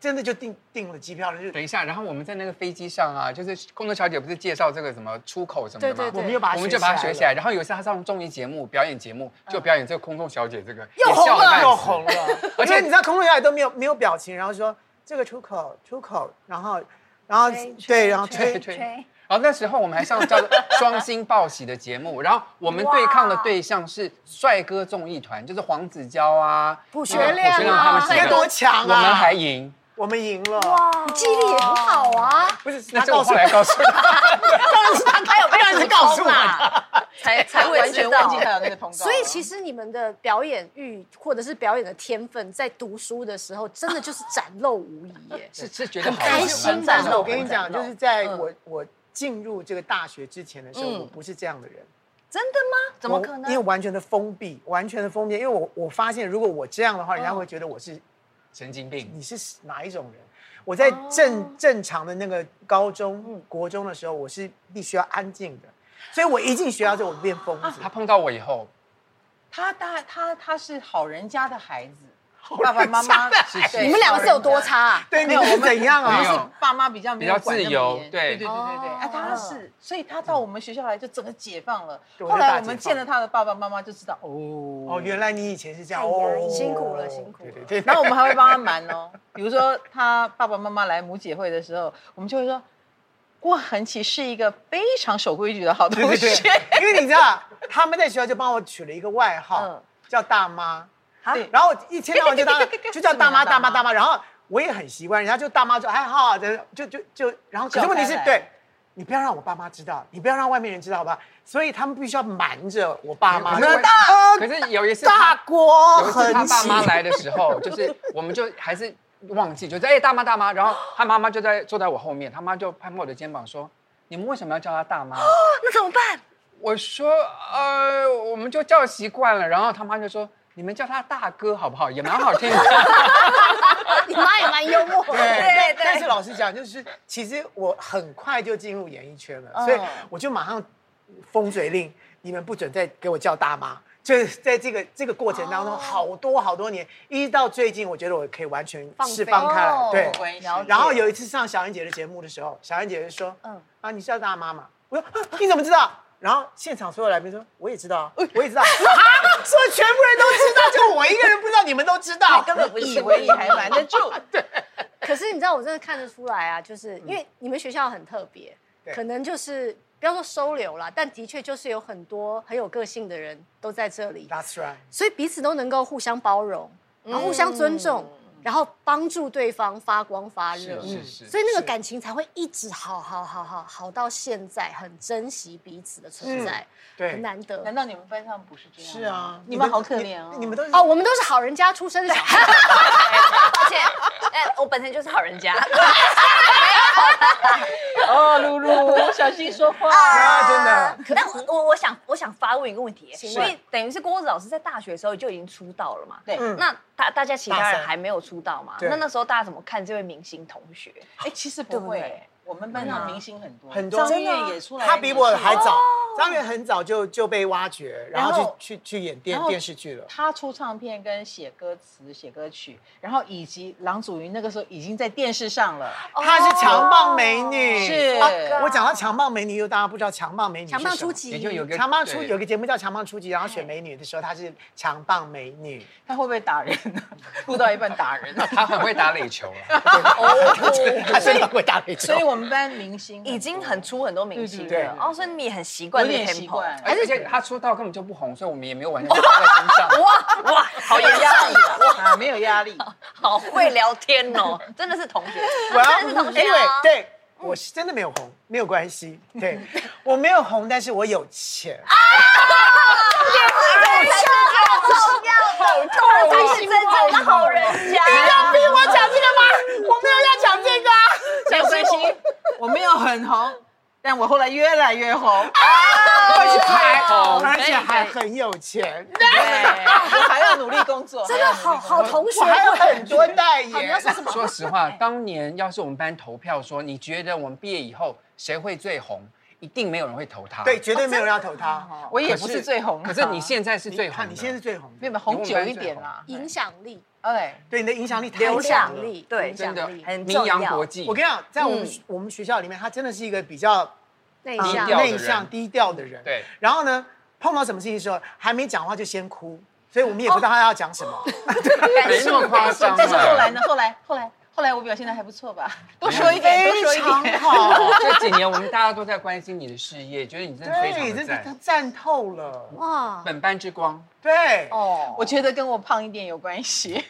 H: 真的就订订了机票了，就
G: 等一下，然后我们在那个飞机上啊，就是工作小姐不是介绍这个什么出口什么的吗？
I: 对对对
H: 我们又把它
G: 我们就把它学起来。
H: 了，
G: 然后有一次他上综艺节目表演节目，就表演这个空中小姐这个，
H: 又
G: 也
H: 红
G: 笑得半
H: 了，
G: 死
H: 又红了。
G: 而
H: 而
G: 且
H: 且你知道，空中小姐都没有没有表情，然后说这个出口出口，然后然后对，然后推
G: 对对。然后那时候我们还上叫做双星报喜的节目，然后我们对抗的对象是帅哥综艺团，就是黄子佼啊、
I: 朴学
G: 那个朴学
I: 亮
G: 亮
I: 啊
G: 他们几
H: 应该
G: 个，
H: 多强啊！
G: 我们还赢。
H: 我们赢了，
I: 你记忆力也很好啊。
G: 不是，那是我后来告诉他，。
D: 还有被人告诉啦， 才 才会
F: 完
D: 知
F: 全
D: 道
F: 忘记他有那个通告了。
I: 所以其实你们的表演欲或者是表演的天分，在读书的时候真的就是展露无遗耶
G: 是是觉得好
I: 开
G: 玩
I: 心啊
H: 但
D: 战
H: 是
D: 斗
H: 我跟你讲，就是在
D: 嗯
H: 我我进入这个大学之前的时候，我不是这样的人。
D: 真的吗？怎么
H: 我
D: 可能？
H: 因为完全的封闭，完全的封闭。因为我我发现，如果我这样的话，人家会觉得我是
G: 神经病。
H: 你是哪一种人？我在正、正常的那个高中、国中的时候，我是必须要安静的，所以我一进学校之后，我变疯子。
G: 他碰到我以后，
F: 他大他他是好人家的孩子，爸爸妈妈
G: 是是
F: 对
I: 你们两个是有多差 啊？
H: 对，你们是怎样
F: 就
G: 没
F: 是
H: 啊？
G: 有
F: 爸妈比较没有
G: 比较
F: 管那么
G: 自由
F: 严
G: 对
F: 对对对对对，
I: 哦
F: 哎，他是，所以他到我们学校来就整个解放了。
H: 对我
F: 后
H: 就大
F: 来
H: 解
F: 我
H: 放
F: 们见了他的爸爸妈妈就知道，哦
H: 哦，原来你以前是这样，
C: 太压抑
H: 哦，
C: 辛苦了辛苦了
H: 对对对，
F: 然后我们还会帮他瞒哦，比如说他爸爸妈妈来母姐会的时候，我们就会说，郭恒奇是一个非常守规矩的 好同学。
H: 因为你知道，他们在学校就帮我取了一个外号，
D: 嗯
H: 叫大妈。
F: 对
H: 然后一天到晚就大就叫大妈
F: 大
H: 大
F: 妈
H: 妈大妈，然后我也很习惯，人家就大妈就还好，就就就就，然后可是问题是
F: 叫开来
H: 对。你不要让我爸妈知道，你不要让外面人知道，好吧？所以他们必须要瞒着我爸妈。
G: 没有没
H: 说
G: 有
H: 大
G: 可
H: 呃
G: 是有一次
H: 大
G: 他
H: 国
G: 有一次他
H: 哦很
G: 爸
H: 喜
G: 妈来的时候，就是 我们就还是忘记，就在哎、大妈大妈，然后他妈妈就在坐在我后面，他妈就拍拍我的肩膀说：“你们为什么要叫她大妈？”哦，那
D: 怎么
G: 办？我说：“呃，我们就叫习惯了。”然后他妈就说：“你们叫他大哥好不好？也蛮好听的。
I: 你妈也蛮幽默的。
H: 对，但是老实讲，就是其实我很快就进入演艺圈了，所以我就马上封嘴令，你们不准再给我叫大妈。就是在这个这个过程当中，好多好多年，一直到最近，我觉得我可以完全释放哦开来。对，
F: 了解
H: 然后有一次上小燕姐的节目的时候，小燕姐就说：“嗯，啊，你是叫大妈嘛？”我说、啊你怎么知道？”然后现场所有来宾说：“我也知道啊，我 也知道。”啊，说全部人都知道，就我一个人不知道，你们都知道，根本不
F: 以为你还瞒得住，
I: 可是你知道，我真的看得出来啊，就是因为你们学校很特别，
H: 对
I: 可能就是不要说收留啦，但的确就是有很多很有个性的人都在这里，
H: That's right。
I: 所以彼此都能够互相包容，然后互相尊重，然后帮助对方发光发热。
G: 是是是
I: 所以那个感情才会一直好好好好好到现在，很珍惜彼此的存在，
H: 嗯对
I: 很难得
F: 难。道你们班上不是这样？
H: 是，啊，
F: 你们好可怜哦
H: 你你们都是
I: 哦，我们都是好人家出身的小孩，
D: 而且，哎，我本身就是好人家，
F: 哦，露 露，小心说话。
H: 啊，真的。
D: 但我我我想我想发问一个问题，
H: 请
D: 所
H: 问
D: 以等于是郭子老师在大学的时候就已经出道了嘛？
F: 对
H: 嗯
D: 那大大家其
H: 大
D: 他人
H: 三
D: 还没有出道嘛？
H: 对
D: 那那时候大家怎么看这位明星同学？
F: 哎，其实不
D: 对不
F: 会
D: 对，
F: 我们班上明星很多，
H: 很多
F: 张悦也出来，
H: 他比我还
F: 也是。
H: 早，张远很早就就被挖掘，然
F: 然
H: 后
F: 后
H: 去去去演电
F: 然后
H: 电视剧了。
F: 他出唱片跟写歌词、写歌曲，然后以及郎祖筠那个时候已经在电视上了，
H: 她是强棒美女，
F: 哦
H: 啊
F: 是
H: 我讲到强棒美女，又大家不知道强棒美女是
I: 强棒
H: 什
I: 出
H: 么。
G: 也
I: 击
G: 就。有个
H: 强棒出
G: 对
H: 有个节目叫《强棒出击》，然后选美女的时候，她是强棒美女。
F: 他会不会打人呢？录到一半打人，
G: 他很会打垒球啊了。
H: 她真的会打垒球
F: 哦所以。我们班明星
D: 已经很出很多明星
F: 对对
D: 了
F: 对，
D: 哦，所以你也很习
F: 有
D: 惯这
F: 点
D: 个
F: 习
D: tempo。
F: 惯，
G: 而且而且他出道根本就不红，所以我们也没有完全放在心上。
D: 哇哇，好有压力，
F: 啊，没有压力。
D: 好会聊天哦，真的是同学，
H: 我要
D: 真的是同学
H: 因为
D: 啊。
H: 对
F: 嗯
H: 我是真的没有红，没有关系。对我没有红，但是我有钱。
F: 啊
D: 才是真正的好人家。
H: 逼我讲这个吗？我没有要讲这个啊。
F: 没有关系，我没有很红，但我后来越来越红。
H: 而且还
D: 哦
H: 而且还
D: 可
H: 很有钱，
F: 对，我还要努力工作，
I: 真的好好同学
H: 我还有
I: 会，
H: 很多代言。
I: 好你要说什么？
G: 说实话，当年要是我们班投票说，你觉得我们毕业以后谁会最红，一定没有人会投他。
H: 对，，绝对没有人要投他。
F: 我
G: 可
F: 也不是最红的，
G: 可是你现在是
H: 你
G: 最红的，
H: 看你现在是最红的，
F: 没有没有红久一点啦，
I: 影响力。
F: 哦 OK，
H: 对你的影响力太
E: 影
H: 强
E: 响
H: 了。
E: 力，
C: 对
E: 影
G: 真
E: 响
G: 的
E: 力，
C: 很
G: 名
C: 重
G: 扬
C: 要
G: 国际。
H: 我跟你讲，在我们、我们学校里面，他真的是一个比较
E: 内
G: 低
E: 向
G: 调的人
H: 内向、低调的人。
G: 嗯对，
H: 然后呢，碰到什么事情的时候，还没讲话就先哭，所以我们也不知道他要讲什么。
G: 没那么夸张啊。
F: 但是后 来呢？后来后来后来我表现的还不错 吧？多说一点，多说
H: 非
F: 一
H: 常
F: 点。
H: 好，
G: 这几年我们大家都在关心你的事业，觉得你真的非
H: 对，
G: 常
H: 这
G: 的
H: 是他
G: 赞，
H: 赞透了。
E: 哇，
G: 本班之光。
H: 对，
F: 哦，我觉得跟我胖一点有关系。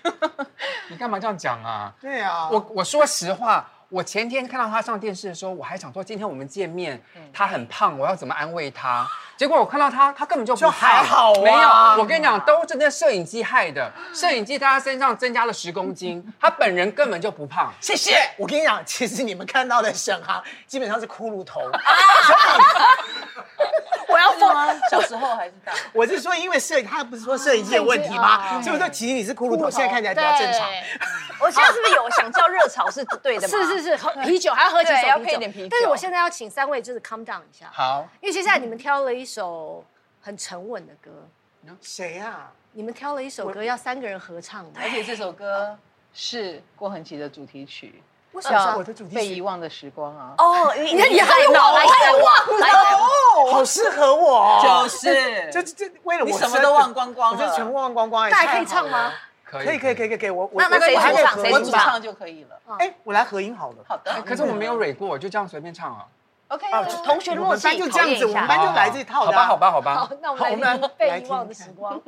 G: 你干嘛这样讲啊？
H: 对啊，
G: 我我说实话，我前天看到他上电视的时候，我还想说今天我们见面，
H: 嗯
G: 他很胖，我要怎么安慰他？结果我看到他，他根本就不
H: 就还
G: 胖
H: 好啊
G: 没有。我跟你讲，都是那摄影机害的，摄影机在他身上增加了十公斤，他本人根本就不胖。
H: 谢谢。我跟你讲，其实你们看到的沈航基本上是骷髅头。
F: 我要 放啊小时候还是大？
H: 我是说，因为摄他不是说摄影机有问题吗？所以我说，其实你是骷髅头，现在看起来比较正常。
C: 我现在是不是有想叫热炒是对的吗？
E: 是是 是，喝啤酒还要喝几
C: 对要
E: 手
C: 配一点啤酒嗯
E: 但是我现在要请三位就是 calm down 一下，
G: 好，
E: 因为接下来你们挑了一首很沉稳的歌，
H: 谁啊呀？
E: 你们挑了一首歌要三个人合唱 的
F: 而，且这首歌是郭恒琪的主题曲，
E: 为什
F: 叫
E: 么
H: 我
F: 《
H: 的主题曲哦
F: 被遗忘的时光》啊。
C: 哦，你你
E: 你还
C: 在
E: 忘
C: 来
E: 我还
C: 来我来来我
H: 好适合我哦，
F: 是
H: 就这这为了我
F: 你什么
H: 生
F: 都忘光光
H: 我
F: 了
H: 就全部忘光光。哎
E: 大家可以唱？吗？
G: 可
H: 太好了可以可以可以可以可以，我我
C: 那那
H: 我
C: 谁
H: 我还
C: 主
H: 可以
C: 唱
H: 合
C: 谁
F: 我
H: 音
F: 主
C: 主唱
F: 唱就可以了。
H: 哎，我来合音好了。
F: 好的
G: 可是我没有蕊过，就这样随便唱啊。
F: ，OK
H: 哦
F: 啊。
H: 就
C: 同学默契
H: 我们班就这样
C: 考
H: 子，
C: 验一
H: 我
C: 下
H: 们班就来这套
G: 好
H: 的
G: 吧，
H: 啊。
G: 好吧，好吧
E: 好。，那我们来
H: 好我
E: 听
H: 们
E: 《
H: 来
E: 被遗
H: 听
E: 忘
H: 听
E: 的
H: 看
E: 时光》。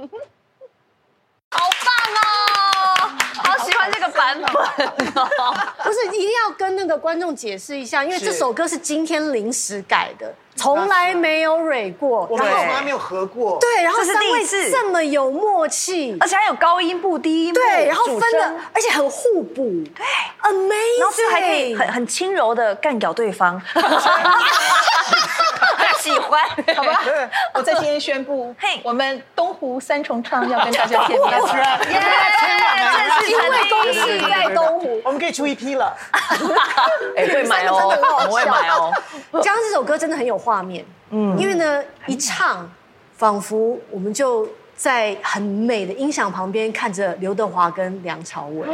C: 好棒哦，好喜欢这个版本哦。
E: 不是，一定要跟那个观众解释一下，因为这首歌是今天临时改的，
C: 啊
E: 从来没有蕊过。
H: 我
E: 然
H: 们
E: 后
H: 从来没有合过。
E: 对，然后
C: 这是
E: 三
C: 第一
E: 位
C: 次
E: 这么有默契，
C: 而且还有高音部、低音部，
E: 对，然后
C: 主
E: 分
C: 声
E: 的，而且很互补，对，amazing，
C: 然后最后还可以很很轻柔的干掉对方，喜欢。
F: 好吧，我在今天宣布
C: 嘿，
F: 我们东湖三重唱要跟大家 见面了。
C: 耶，这是因为公
H: 对对对
C: 司
H: 对
C: 在东湖，
H: 我们可以出一批了。
C: 哎，会买哦，我会买哦。
E: 刚刚这首歌真的很有画面，嗯，因为呢一唱，仿佛我们就在很美的音响旁边看着刘德华跟梁朝伟。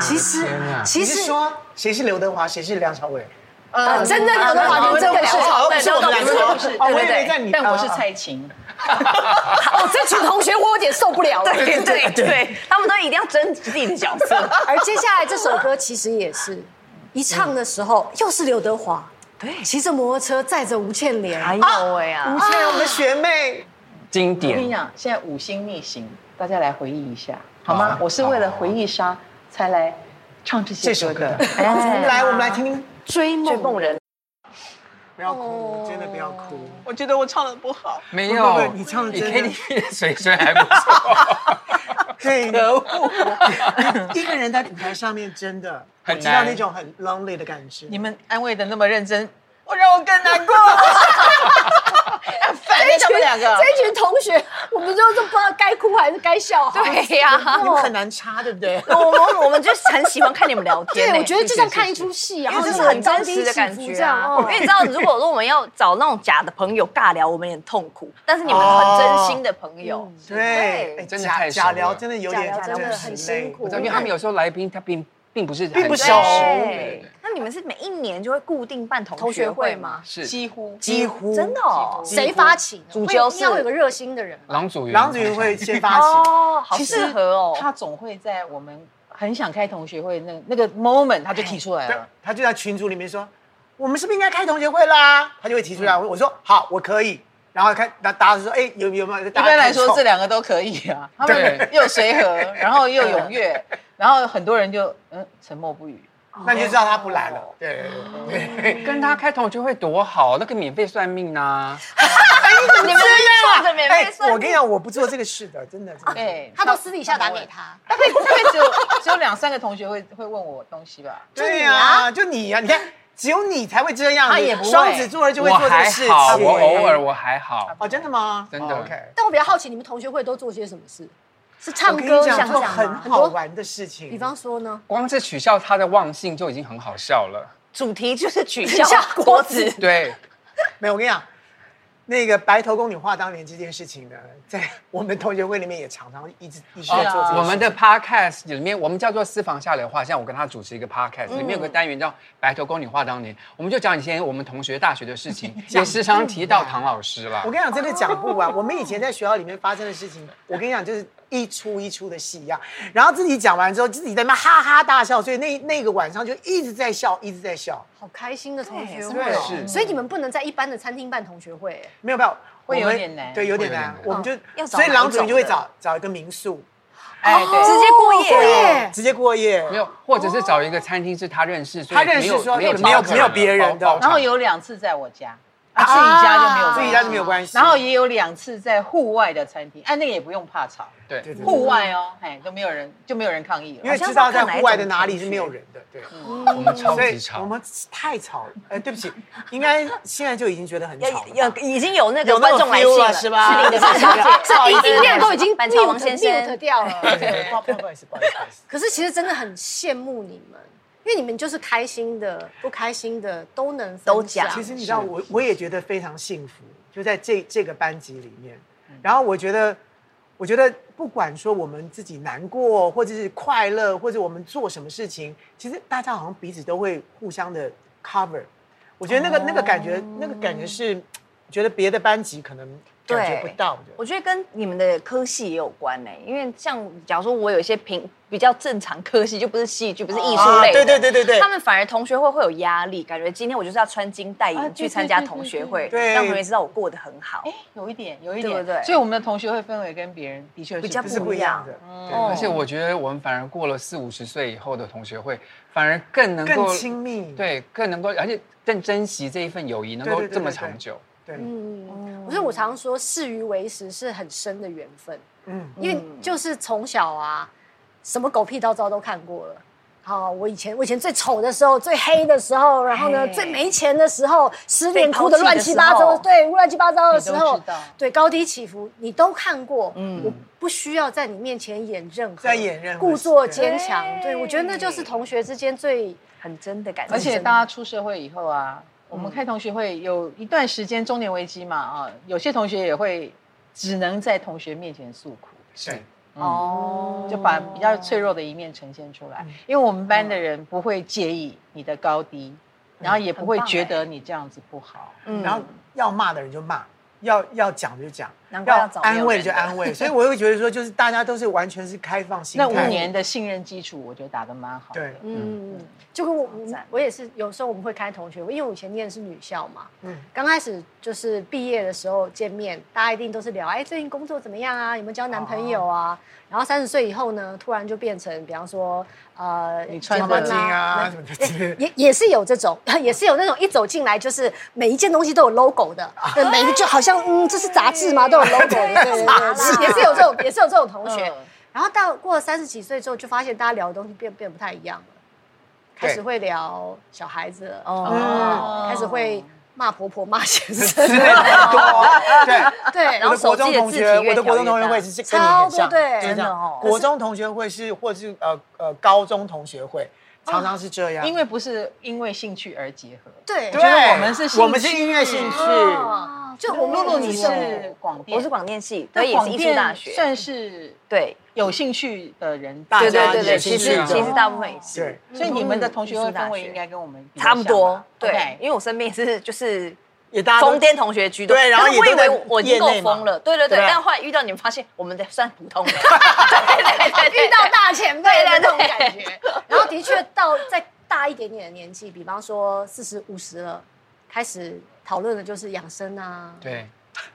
E: 其实
G: 天啊 哪，
E: 其
H: 你是
E: 实
H: 说谁是刘德华，谁是梁朝伟？
E: 呃真的刘德华跟真的梁
F: 是
H: 哦
E: 朝
H: 不
E: 伟
H: 是啊我们两个，
F: 不是，
H: 哦我以
F: 对对
H: 为
F: 对
H: 在你，
F: 但我是
H: 哦哦
F: 蔡琴。
E: 哦，这群同学我有点受不了了。
C: 对对对，他们都一定要争自己的角色。
E: 而接下来这首歌其实也是，一唱的时候又是刘德华，对，骑着摩托车载着吴倩莲，
C: 哎呦喂啊
H: 吴！倩我们的学妹，
G: 经
F: 我跟你
G: 典，
F: 讲，现在五星逆行，大家来回忆一下，好啊吗
G: 好？
F: 我是为了回忆杀才来唱这些
H: 这首
F: 歌
H: 歌
F: 的。哎
H: 我们来，我们来听听。
E: 追梦
F: 梦人，
H: 不要哭，真的不要哭。
F: 我觉得我唱的不好。
G: 没
H: 不不
G: 有
H: 不你唱得
G: 你
H: 真的
G: KTV 的水准还不 错。
H: 对，
G: 可恶！
H: 一个人在舞台上面真的
G: 很
H: 我知道
G: 难
H: 那种很 lonely 的感觉。
F: 你们安慰的那么认真，我让我更难 过。反正他们两个，
E: 这群同学，我们就是不知道该哭还是该笑好。哦
C: 对呀，
H: 你们很难插，对不对？
C: 我们我们就是很喜欢看你们聊天欸。
E: 对，我觉得就像看一出戏啊，
C: 因为这是
E: 那种
C: 很真
E: 高低
C: 实的
E: 起
C: 感
E: 伏
C: 觉
E: 这样
C: 啊。
E: 哦
C: 因为你知道，如果说我们要找那种假的朋友尬聊，我们也很痛苦。但是你们很真
F: 哦
C: 心的朋友，
F: 嗯
H: 对，哎
G: 真的
H: 假
G: 太熟
H: 假聊
G: 了
H: 真的有
E: 假
H: 点
E: 聊真的
H: 真
E: 很
H: 实
E: 辛
H: 嘞
E: 苦
G: 因。为他们有时候来宾他并并不是
H: 并不
G: 很
H: 熟
G: 对对对
C: 那你们是每一年就会固定办同
E: 同
C: 学
E: 学
C: 会
E: 会
C: 吗
E: 吗？
G: 是
F: 几乎
H: 几乎
C: 真的哦，
E: 谁发起呢？
C: 主角
E: 会一定要
C: 是
E: 有个热心的人嘛。
G: 郎祖云，
H: 郎子云会先发起，
C: 哦，好
F: 其实
C: 适合哦。
F: 他总会在我们很想开同学会那那个 moment，他就提出来
H: 对
F: 了。
H: 他就在群组里面说，我们是不是应该开同学会啦？他就会提出来，我说好，我可以。然后看，大大家说，哎，有有没有？一
F: 一般来说，这两个都可以啊，他们
G: 对
F: 又随和，然后又踊跃，然后很多人就嗯沉默不语。
H: 那你就知道他不来了。对对对对对。
G: 哎跟他开同学会多好，那个免费算命啊呐，
C: 你们坐着免费
H: 哎，
C: 算
H: 我跟你讲，我不做这个事的，真的。真的，
F: 对，
E: 他都私底下打给他，
F: 大概哎大概只有只有两三个同学会会问我东西吧。
H: 对
E: 啊
H: 呀，就你啊呀，你看，只有你才会这样。
F: 他
H: 你
F: 也不会
H: 双子座就
G: 我
H: 会做这
G: 还
H: 个事
G: 好，
H: 情。
G: 我偶尔我还好，
H: 哦，真的吗？
G: 真的
H: OK。
E: 但我比较好奇，你们同学会都做些什么事？是
H: 我
E: 唱
H: 跟
E: 歌、
H: 你
E: 想
H: 讲，做
E: 讲
H: 很
E: 吗？
H: 好玩的事情。
E: 比方说呢？
G: 光是取笑他的忘性就已经很好笑了。
C: 主题就是取
E: 取
C: 笑
E: 笑
C: 郭子，
G: 对，
H: 没有，我跟你讲，那个白头宫女话当年这件事情呢，在我们同学会里面也常常一直一直在做这件事情。
G: 哦我们的 podcast 里面，我们叫做私房下流话。像我跟他主持一个 podcast，、里面
H: 嗯
G: 有个单元叫《白头宫女话当年》，我们就讲以前我们同学大学的事 情，也时常提到唐老师啦
H: 我。跟你讲，真的讲不 完。我们以前在学校里面发生的事情，我跟你讲，就是一出一出的戏一样。然后自己讲完之后，自己在那边哈哈大笑，所以那那个晚上就一直在笑，一直在笑。
E: 好开心的同学 会
H: 对啊
E: 哦
G: 是
E: 所以你们不能在一般的餐厅办同学会。哎
H: 没有办法，
F: 会有
H: 我们
F: 点难
H: 对，有点
G: 会有点
H: 难
G: 难。
H: 我们就、
D: 要找
H: 所以郎主
D: 哪一种
H: 任就会
D: 的
H: 找找一个民宿，
F: 哎，对，
D: 直接过夜，
E: 过夜，
H: 直接过夜。
G: 没有，或者是找一个餐厅是他认识，所以
H: 他认识
G: 没有
H: 说
G: 没有
H: 没有
G: 包场
H: 没有别人的
G: 包包场
F: 然后有两次在我家，啊，自己家就没有，
H: 自己家就没有关系
F: 然后也有两次在户外的餐厅，哎，那个也不用怕吵，
G: 对
H: 对对
F: 户外哦，哎，都没有人，就没有人抗议
H: 嗯因
F: 了
H: 为。知道在户外的哪里是没有人的，对。
G: 我们超
H: 所
G: 级
H: 以
G: 吵
H: 我。们太吵了。哎，对不起，应该现在就已经觉得很
D: 要
H: 吵了
D: 哎要
H: 吧。
D: 已经有那
H: 有
D: 个
H: 那
D: 观
H: 种
D: 众来信
H: feel
D: 了，
H: 了是吧？
D: 是你的观 众来信
E: 哦
C: 哦
E: 这音音量都 已经
D: 板桥王
E: mute-
D: 先生
E: mute 掉了。
H: 对， 不好不好不好意思，不好意思不好意思。
E: 可是其实真的很羡慕你们，因为你们就是开心的、不开心的都能分
D: 都讲
H: 其实你知道，我我也觉得非常幸福，就在这这个班级里面。
D: 嗯
H: 然后我觉得，我觉得不管说我们自己难过，或者是快乐，或者我们做什么事情，其实大家好像彼此都会互相的 cover。我觉得那个、那个感觉，那个
D: 哦
H: 感觉是觉得别的班级可能感觉不到的。
D: 我觉得跟你们的科系也有关呢、因为像假如说我有一些平比较正常科系，就不是戏剧，不是艺术
F: 啊
D: 类的、
H: 啊对对对对对
D: 他们反而同学会会有压力，感觉今天我就是要穿金戴
F: 啊
D: 银、去参加同学会，
H: 对对对对
D: 让同学知道我过得很好
F: 哎，，有一点，有一点，
D: 对不对
F: 所以我们的同学会氛围跟别人的确是
D: 比较
H: 这是
F: 不
H: 不一样的，对
D: 哦
G: 而且我觉得我们反而过了四五十岁以后的同学会，反而更能够
H: 更亲密。
G: 对，更能够，而且更珍惜这一份友谊，能
H: 对
G: 够
H: 对对
G: 这么
H: 对对
G: 长久。
H: 对，
C: 哦
E: 嗯，所以我常说，事与为食是很深的缘分，
H: 嗯，
E: 因为就是从小啊，什么狗屁叨糟都看过了。好，我以前我以前最丑的时候，最黑的时候，然后呢，
D: 嘿
E: 最没钱的时候，失恋
D: 被
E: 哭的
D: 抛弃的
E: 乱七八
D: 时
E: 糟，
D: 候
E: 对，乱七八糟的时
F: 你都
E: 候
F: 知道，
E: 对高低起伏你都看过，我不需要在你面前演任何，
H: 在演任何
E: 故
H: 事
E: 作
H: 对
E: 坚强，对我觉得那就是同学之间最
D: 很真的感觉。
F: 而且大家出社会以后啊，
H: 嗯
F: 我们开同学会有一段时间中年危机嘛啊，有些同学也会只能在同学面前诉苦，
G: 是，
D: 哦
F: 嗯就把比较脆弱的一面呈现出
H: 嗯
F: 来。因为我们班的人不会介意你的高低，
H: 嗯
F: 然后也不会
H: 欸
F: 觉得你这样子不好。
D: 嗯
H: 然后要骂的人就骂，要要讲就讲，
D: 难怪要找没
H: 安
D: 有
H: 慰
D: 人
H: 就
D: 的
H: 安慰，所以我会觉得说，就是大家都是完全是开放心态
F: 那
H: 的。
F: 五年的信任基础，我觉得打得蛮好的。
H: 对，
E: 嗯，就跟我我们
D: 赞
E: 我也是，有时候我们会开同学会，因为我以前念的是女校嘛，
H: 嗯
E: 刚开始就是毕业的时候见面，大家一定都是聊，哎，最近工作怎么样啊？有没有交男朋友啊？然后三十岁以后呢，突然就变成，比方说，呃，
F: 你穿
E: 结
F: 的
E: 婚
H: 毛巾啊什么的之 类的。
E: 也也是有这种， 也是有那种一走进来就是每一件东西都有 logo 的，
D: 啊
E: 对，每一就好像嗯，这是杂志嘛，都有 logo 的，对
D: 哎
E: 对对，也是有这种，也是有这种同学。
D: 嗯
E: 然后到过了三十几岁之后，就发现大家聊的东西变变不太一样了，开始会聊小孩子了，
D: 嗯
E: 哦，开始会骂婆婆骂先生，
H: 对，
E: 对，然
H: 我
E: 后
H: 的国中同
D: 手机的字
H: 学，
D: 体越
H: 我的国中同学会是跟你很
E: 超多
H: 像，
E: 对
H: 真
E: 真
H: 的
E: 的
H: 哦。国中同学会是，或是呃呃高中同学会，常常是这样。
F: 哦因为不是因为兴趣而结合。
E: 对
H: 对，
F: 我们是兴趣
H: 我们是音乐兴趣，
E: 哦就我们
F: 露露，你
E: 就是
F: 广电，
D: 我是广电系，
F: 那
D: 对，也是艺术大学，
F: 算是
D: 对，
F: 有兴趣的人，
H: 大
D: 对对
H: 家
D: 对
H: 也
D: 对，其
H: 是这
D: 实
H: 样
D: 其实大部分也是。
H: 对，
F: 所以你们的同学会氛围应该跟我们比较
D: 差不
F: 像
D: 多
F: 吧，
D: 对
F: OK，
D: 因为我身边也是就是
H: 也大家都
D: 疯癫同学居多，
H: 对然后
D: 但是我
H: 也
D: 以
H: 都在
D: 为我已经够
H: 业内嘛
D: 疯了，对对
H: 对啊
D: 对，
H: 吧
D: 但后来遇到你们发现我们的算普通的，对对对，
E: 遇到大前辈的
D: 对对对
E: 那种感觉。然后的确到再大一点点的年纪，比方说四十五十了，开始讨论的就是养生啊，
G: 对。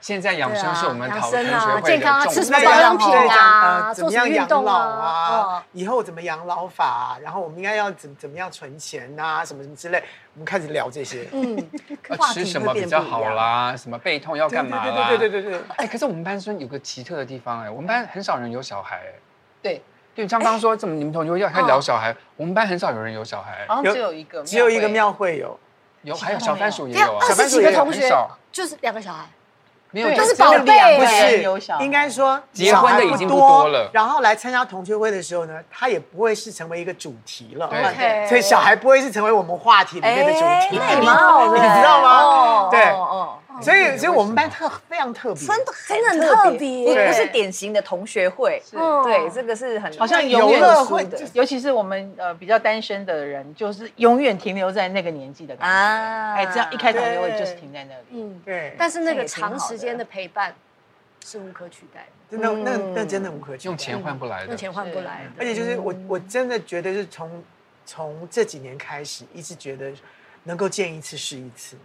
G: 现在养
E: 对
G: 生
E: 啊，
G: 是我们
E: 养
G: 讨论
E: 生
G: 同学
E: 啊，
G: 会的
E: 健康啊，
G: 重
E: 吃什么
H: 那
G: 点
E: 保养
H: 要让
E: 品
H: 对讲
E: 啊，
H: 呃怎
E: 做
H: 么
E: 什么
H: 样
E: 运
H: 养
E: 动
H: 老
E: 啊
H: 啊，？以后怎么养老法啊，然后我们应该要怎怎么样存钱啊，什么什么之类，我们开始聊这些。
E: 嗯，
G: 呃
D: 话
G: 吃
D: 题
G: 什
D: 会
G: 么
D: 变
G: 比
D: 得
G: 较
D: 不一
G: 好
D: 样
G: 啦，什么背痛要干嘛啦？
H: 对对对对对对。
G: 哎，可是我们班生有个奇特的地方哎，我们班很少人有小孩哎。
F: 对，
G: 对，像刚刚说，怎么你们同学会要开始聊小孩？我们班很少有人有小孩
F: 好，像
H: 有
F: 只有一个，
H: 只有一个庙会有，
G: 有
F: 其
G: 还有
F: 他
G: 小
F: 都没
G: 番
F: 有
G: 薯也
E: 这样
G: 有啊，
E: 二
G: 小
E: 十
G: 番薯
E: 几
G: 也
E: 个
G: 有
E: 同
G: 很
E: 学
G: 少，
E: 就是两个小孩，
G: 没有
F: 对
G: 就
E: 那是
G: 真的
E: 宝贝欸
H: 不
F: 人有小
H: 是，
F: 孩
H: 应该说
G: 结婚的已经不多了
H: 小孩然后来参加同学会的时候呢，他也不会是成为一个主题了。
G: 对
E: OK
H: 所以哎小孩不会是成为我们话题里面的主题。
D: 哎那也
H: 你
D: 蛮好的
H: 你知道吗？
D: 哦
H: 对
D: 哦哦
H: 所以所以我们班特非常特别，
D: 真的
E: 真的很特别哦
D: 不
H: 对
D: 不是典型的同学会，对，这个是很
F: 好像
H: 游
F: 永远
H: 乐
F: 都
H: 会
F: 会，尤其是我们呃比较单身的人，就是永远停留在那个年纪的感觉。
D: 啊
F: 哎，这样一开场就会就是停在那里。
E: 嗯，
H: 对，
E: 但是那
D: 这
E: 个
D: 也挺好的
E: 长时间的陪伴是无可取代的，
H: 真的那那真的无可取代
G: 用钱换不来的
E: 用。钱换不来的。
H: 而且
F: 嗯
H: 就是我我真的觉得是从从这几年开始，一直觉得能够见一次是一次，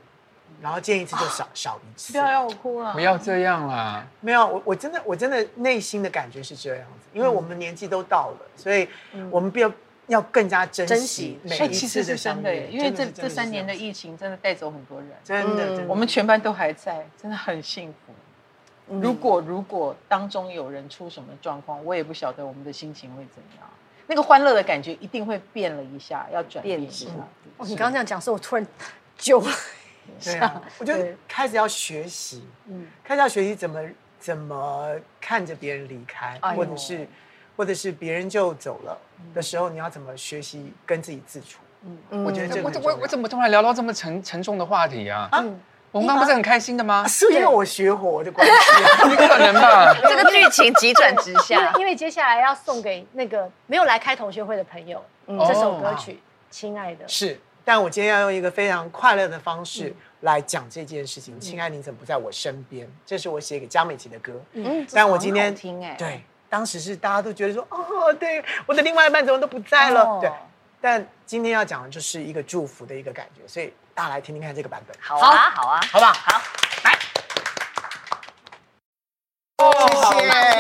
H: 然后见一次就
F: 啊
H: 少、少一次。
F: 我哭啊
G: 不要这样啦！
H: 没有，我我真的我真的内心的感觉是这样子，
F: 嗯
H: 因为我们年纪都到了，所以我们必要要更加珍
E: 珍
H: 惜
E: 惜
H: 每
F: 哎，
H: 一
F: 其
H: 次
F: 实
H: 的
F: 是
H: 相
F: 真的耶
H: 遇，，
F: 因为
H: 真的
F: 这
H: 是
F: 这三年的嗯
H: 真
F: 疫情真的带走很多人，
H: 的是这样子真的，真的
F: 我们全班都还在，真的很幸福。
H: 嗯
F: 如果如果当中有人出什么状况，我也不晓得我们的心情会怎样。那个欢乐的感觉一定会变了一下，要转变一
D: 变
F: 下
D: 质。
E: 哦，你刚刚这样讲，所以我突然就
H: 对啊，我就开始要学习，嗯，开始要学习怎么怎么看着别人离开，
F: 哎呦
H: 或者是或者是别人就走了的时候，你要怎么学习跟自己自处？嗯，我觉得这个
G: 我
H: 很重
G: 我我
H: 要。
G: 怎么突然聊到这么沉沉重的话题啊？
H: 啊
G: 我们刚刚不是很开心的吗？
H: 是因为我学火的关啊 系，
G: 不可能吧？
D: 这个剧情急转直
E: 因为
D: 下，
E: 因为接下来要送给那个没有来开同学会的朋友
D: 嗯
E: 这首歌曲《亲爱
D: 哦
E: 的》。
H: 是。但我今天要用一个非常快乐的方式来讲这件事情。亲爱，你怎么不在我身边？这是我写给江美琪的歌。
D: 嗯，
H: 但 我今天
D: 这首很好听哎，
H: 对，当时是大家都觉得说，哦，对，我的另外一半怎么都不在了，
D: 哦
H: 对。但今天要讲的就是一个祝福的一个感觉，所以大家来听听看这个版本，
D: 好啊，好啊，
H: 好不好？好，来。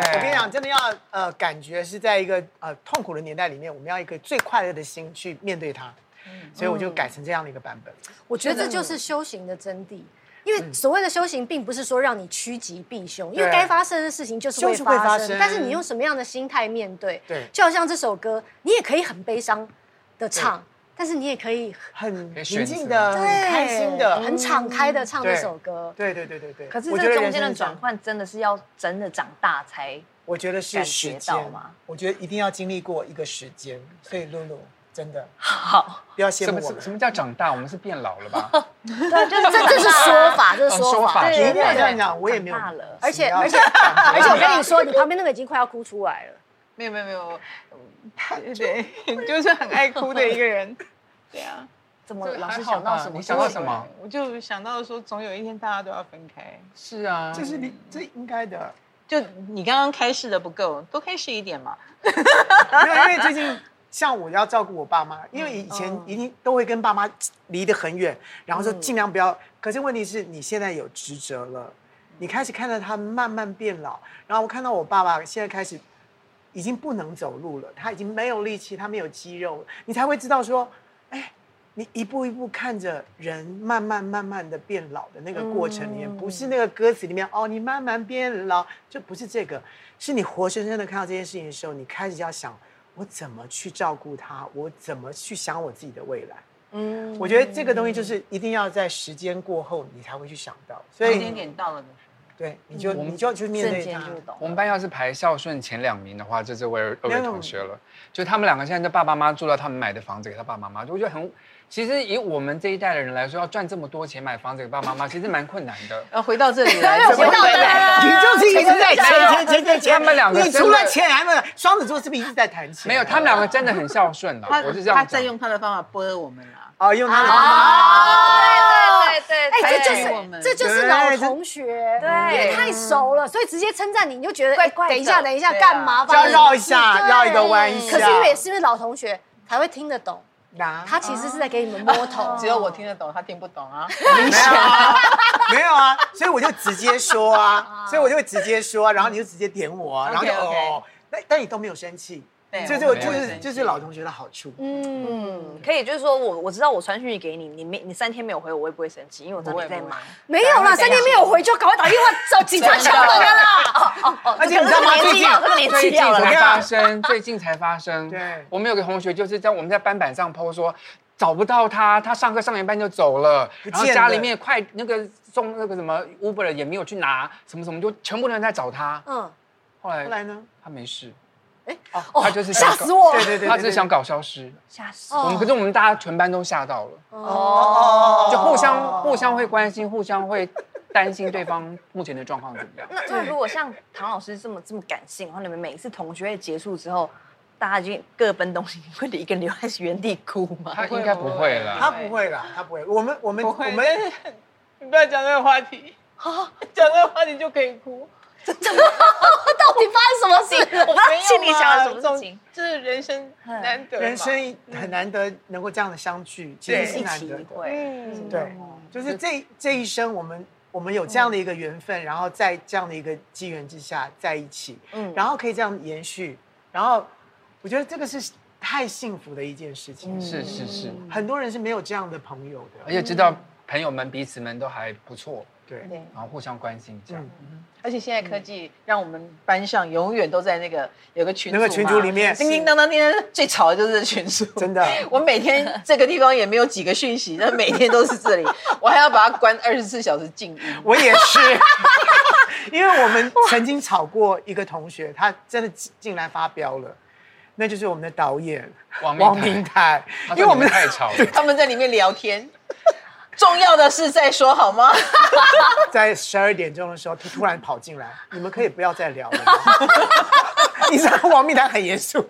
H: 谢谢。我跟你讲，真的要呃，感觉是在一个呃痛苦的年代里面，我们要一个最快乐的心去面对它，所以我就改成这样的一个版本。
E: 我觉得这就是修行的真谛。因为所谓的修行，并不是说让你趋吉避凶，因为
H: 嗯对
E: 该发生的事情就是会
H: 就是会发
E: 发
H: 生
E: 生，但是你用什么样的心态面对？
H: 对
E: 就好像这首歌，你也可以很悲伤的唱，但是你也可以
H: 很
G: 可以
H: 平
G: 选择
H: 静的，很开心的，
E: 很敞开的唱这首歌。
H: 对对对对对。
D: 可是
H: 我觉
D: 这
H: 得
D: 中
H: 人
D: 间
H: 生
D: 的
H: 是这样
D: 转换真的是要真的长大才
H: 我觉得是
D: 感
H: 时
D: 觉
H: 间
D: 到吗
H: 我觉得一定要经历过一个时间，所以露露真的
D: 好，
H: 不要羡
G: 什
H: 慕
G: 么
H: 我
G: 什么什
H: 们。
G: 么叫长大？我们是变老了吧？
E: 对，就是这这是说法，这是
D: 哦
E: 说法。
H: 你
E: 对
H: 一定要
E: 对
H: 这样
E: 对。
H: 讲，我也没有
D: 长大了
E: 而且
H: 你要
E: 而且啊而且我跟 你说，你旁边那个已经快要哭出来了。
F: 没有没有没 有，对， 就是很爱哭的一个人。对啊，
D: 怎么
G: 这个
D: 老
G: 还
D: 是
G: 好
D: 想到
G: 吧
D: 什么？
G: 你想到什么？
F: 我就想到说，总有一天大家都要分开。
G: 是啊，
H: 这是 你这应该的，
F: 就你刚刚开示的不够，多开示一点嘛。
H: 没有，因为最近像我要照顾我爸妈，因为以前一定都会跟爸妈离得很远，然后说尽量不要。可是问题是你现在有职责了，你开始看到他慢慢变老，然后我看到我爸爸现在开始已经不能走路了，他已经没有力气，他没有肌肉了，你才会知道说，哎。你一步一步看着人慢慢慢慢的变老的那个过程里面，不是那个歌词里面哦，你慢慢变老，就不是这个，是你活生生的看到这件事情的时候，你开始要想，我怎么去照顾他，我怎么去想我自己的未来。嗯，我觉得这个东西就是一定要在时间过后，你才会去想到，所
F: 时间
H: 以
F: 点到了的时
H: 对，你就你就去面对
D: 间
H: 他。
D: 就懂。
G: 我们班要是排孝顺前两名的话，这是我有二
H: 没
G: 位
H: 有
G: 同学了。就他们两个现在爸爸妈妈住到他们买的房子给他爸妈妈，我觉得很，其实以我们这一代的人来说，要赚这么多钱买房子给爸爸妈妈，其实蛮困难的。
F: 候。呃，回到这 里来，怎么
H: 回到
F: 会
H: 这你就是一直在钱钱钱钱钱，
G: 他们两个
H: 你
G: 真的
H: 除了钱还没有，双子座是不是一直在谈钱？啊
G: 没有，他们两个真的很孝顺啦，
F: 他
G: 我是这样
F: 他
G: 讲。
F: 在用他的方法剥我们啦。
H: 哦，用他的妈妈。
D: 对对对，
E: 哎，这就
F: 对我
E: 是
F: 们
E: 这就是老同学，
D: 对
E: 因为太熟了，所以直接称赞你，你就觉得哎
D: 怪
E: 等一下，
D: 的
E: 等一下，
F: 对啊
E: 干嘛？
H: 就要绕一
E: 对
H: 下，绕一个弯一下。
E: 可是因为也是因为老同学才会听得懂，
H: 拿
E: 他其实是在给你们摸头。
F: 只有我听得懂，他听不懂 啊。
H: 没有啊，没有啊，所以我就直接说啊，所以我就直接说啊，然后你就直接点我啊，然后就
F: OK，OK
H: 哦，但但你都没有生气，
F: 对
H: 这
F: 我
H: 就
F: 没
H: 就
F: 有
H: 是
F: 生气
H: 就是老同学的好处。
E: 嗯，
D: 可以，就是说我我知道我传讯息给你，你没你三天没有回我，我也不会生气，因为我知道 你在忙。
E: 没有啦，三天没有回就赶快打电话找警察求人啦。
H: 哦而且你知道吗？最近
D: 这个年
G: 最
D: 纪
G: 近
D: 要了
G: 才
D: 啦，
G: 发生，最近才发生。
H: 对
G: 我们有个同学就是在我们在班板上 PO 说找不到他，他上课上一半就走了，
H: 不
G: 然后
H: 见
G: 家
H: 了
G: 里面快那个送那个什么 Uber 的也没有去拿，什么什么就全部的人在找他。
E: 嗯，
G: 后来
H: 后来呢？
G: 他没事，哦
E: 哎，
G: 他就是想
E: 吓
G: 搞
E: 死我！
H: 对对对，
G: 他只是想搞消失。
D: 吓死！
G: 我们可是我们大家全班都吓到了，
H: 哦
G: 就互相互相会关心，互相会担心对方目前的状况怎么样。
D: 那那如果像唐老师这么这么感性，然后你们每一次同学会结束之后，大家已经各奔东西，你会一个人留在原地哭吗？
G: 他应该不会啦。
H: 他不会啦，他不会。我们我们
F: 不
H: 我
F: 会，
H: 们
F: 但是你 不要讲这个话题， 讲这个话题就可以哭。
E: 到底发生什么事？
D: 我不知道啊心里想了什么事情。嗯
F: 这是人生难得嘛，
H: 人生很难得能够这样的相
G: 嗯
H: 聚，其实
F: 对
H: 是
D: 一
H: 难
D: 起
H: 得的。
D: 会，
F: 嗯
H: 对，就是这这一生，我们我们有这样的一个缘分，然后在这样的一个机缘之下在一起，
D: 嗯
H: 然后可以这样延续，然后我觉得这个是太幸福的一件事
D: 嗯
H: 情，
G: 是是是，
H: 很多人是没有这样的朋友的，
G: 而且知道朋友们彼此们都还不错，
H: 对，
G: 然后互相关心这
H: 嗯
G: 样。
F: 而且现在科技让我们班上永远都在那个有个群组嘛
H: 那个群组里面
F: 叮叮当当，叮叮当最吵的就是这群组，
H: 真的
F: 我每天这个地方也没有几个讯息，但每天都是这里，我还要把它关二十四小时静音。
H: 我也是。因为我们曾经吵过一个同学，他真的竟然发飙了，那就是我们的导演
G: 王明
H: 王
G: 台
H: 明台，
G: 他
H: 因为我们
G: 说你太吵了，
F: 他们在里面聊天，重要的事再说好吗？
H: 在十二点钟的时候，他突然跑进来，你们可以不要再聊了吗。你知道王蜜糖很严肃，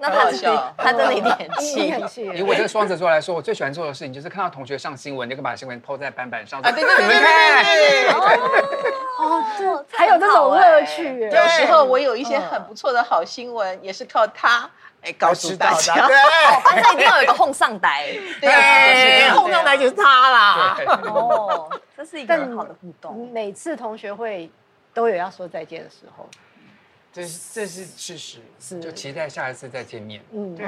D: 那
F: 很好
D: 他真的
F: 笑
D: 他真的一定很
E: 你
D: 气。
E: 很气
G: 以我这个双子座来说，我最喜欢做的事情就是看到同学上新闻，就把新闻抛在板板上，
F: 啊，对对对
G: 你们
F: 对对
G: 看。
F: 对对。
E: 哦，还有这种乐趣耶，
F: 有时候我有一些很不错的好新闻，也是靠他哎告诉大
H: 嗯知道
F: 家。
H: 的对，
D: 班上一定要有一个哄上台
F: 对
H: 后面来就是他啦。
G: 对
D: 哦，这是一个很好的互动。
E: 每次同学会都有要说再见的时候，
H: 这是这是事实，
G: 就期待下一次再见面。
H: 对，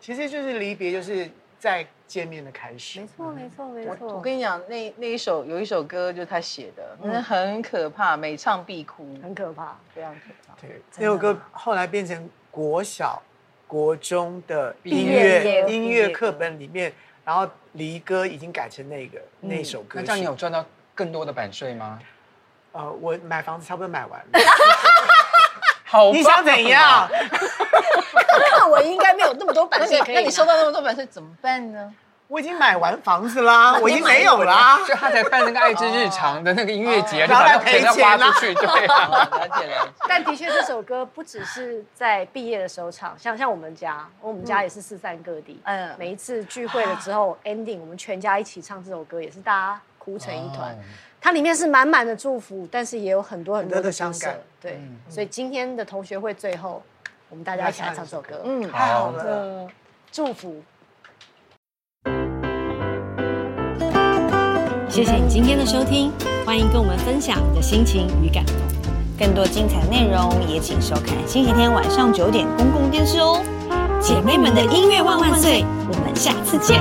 H: 其实就是离别，就是在见面的开始
E: 没。错，没错，没
F: 我
E: 错，
F: 跟你讲，那那一首有一首歌就是他写的，真
H: 嗯
F: 的很可怕，每唱必哭，
E: 很可怕。
F: 非常可怕。
H: 对，那首歌后来变成国小、国中的音
E: 毕业
H: 乐
E: 歌
H: 音乐课本里面，然后离歌已经改成那个嗯那首歌
G: 那
H: 曲。
G: 这样你有赚到更多的版税吗？
H: 呃，我买房子差不多买完了，
G: 好
H: 你想怎样？
E: 看我应该没有那么多版
F: 那
E: 税
F: 你
E: 可以拿，
F: 那你收到那么多 版税怎么办呢？
H: 我已经买完房子啦，我已经没有啦。
G: 就他才办那个爱之日常的那个音乐节，就
H: 哦然后
G: 把
H: 还
G: 那钱要
H: 赔钱
G: 花
H: 啊
G: 出去，对啊。
F: 哦了解了解。
E: 但的确，这首歌不只是在毕业的时候唱，像像我们家，我们家也是四散各地，
D: 嗯
E: 嗯，每一次聚会了之后、ending，我们全家一起唱这首歌，也是大家哭成一团。
G: 哦
E: 它里面是满满的祝福，但是也有很多很多的
H: 很多的
E: 伤
H: 伤
E: 感嗯
H: 感。
E: 对，所以今天的同学会最后，我们大家一起来唱这首歌，嗯，
H: 太好了。
E: 祝福。
B: 谢谢你今天的收听，欢迎跟我们分享你的心情与感动。更多精彩内容也请收看星期天晚上九点公共电视哦。姐妹们的音乐万万岁，我们下次见。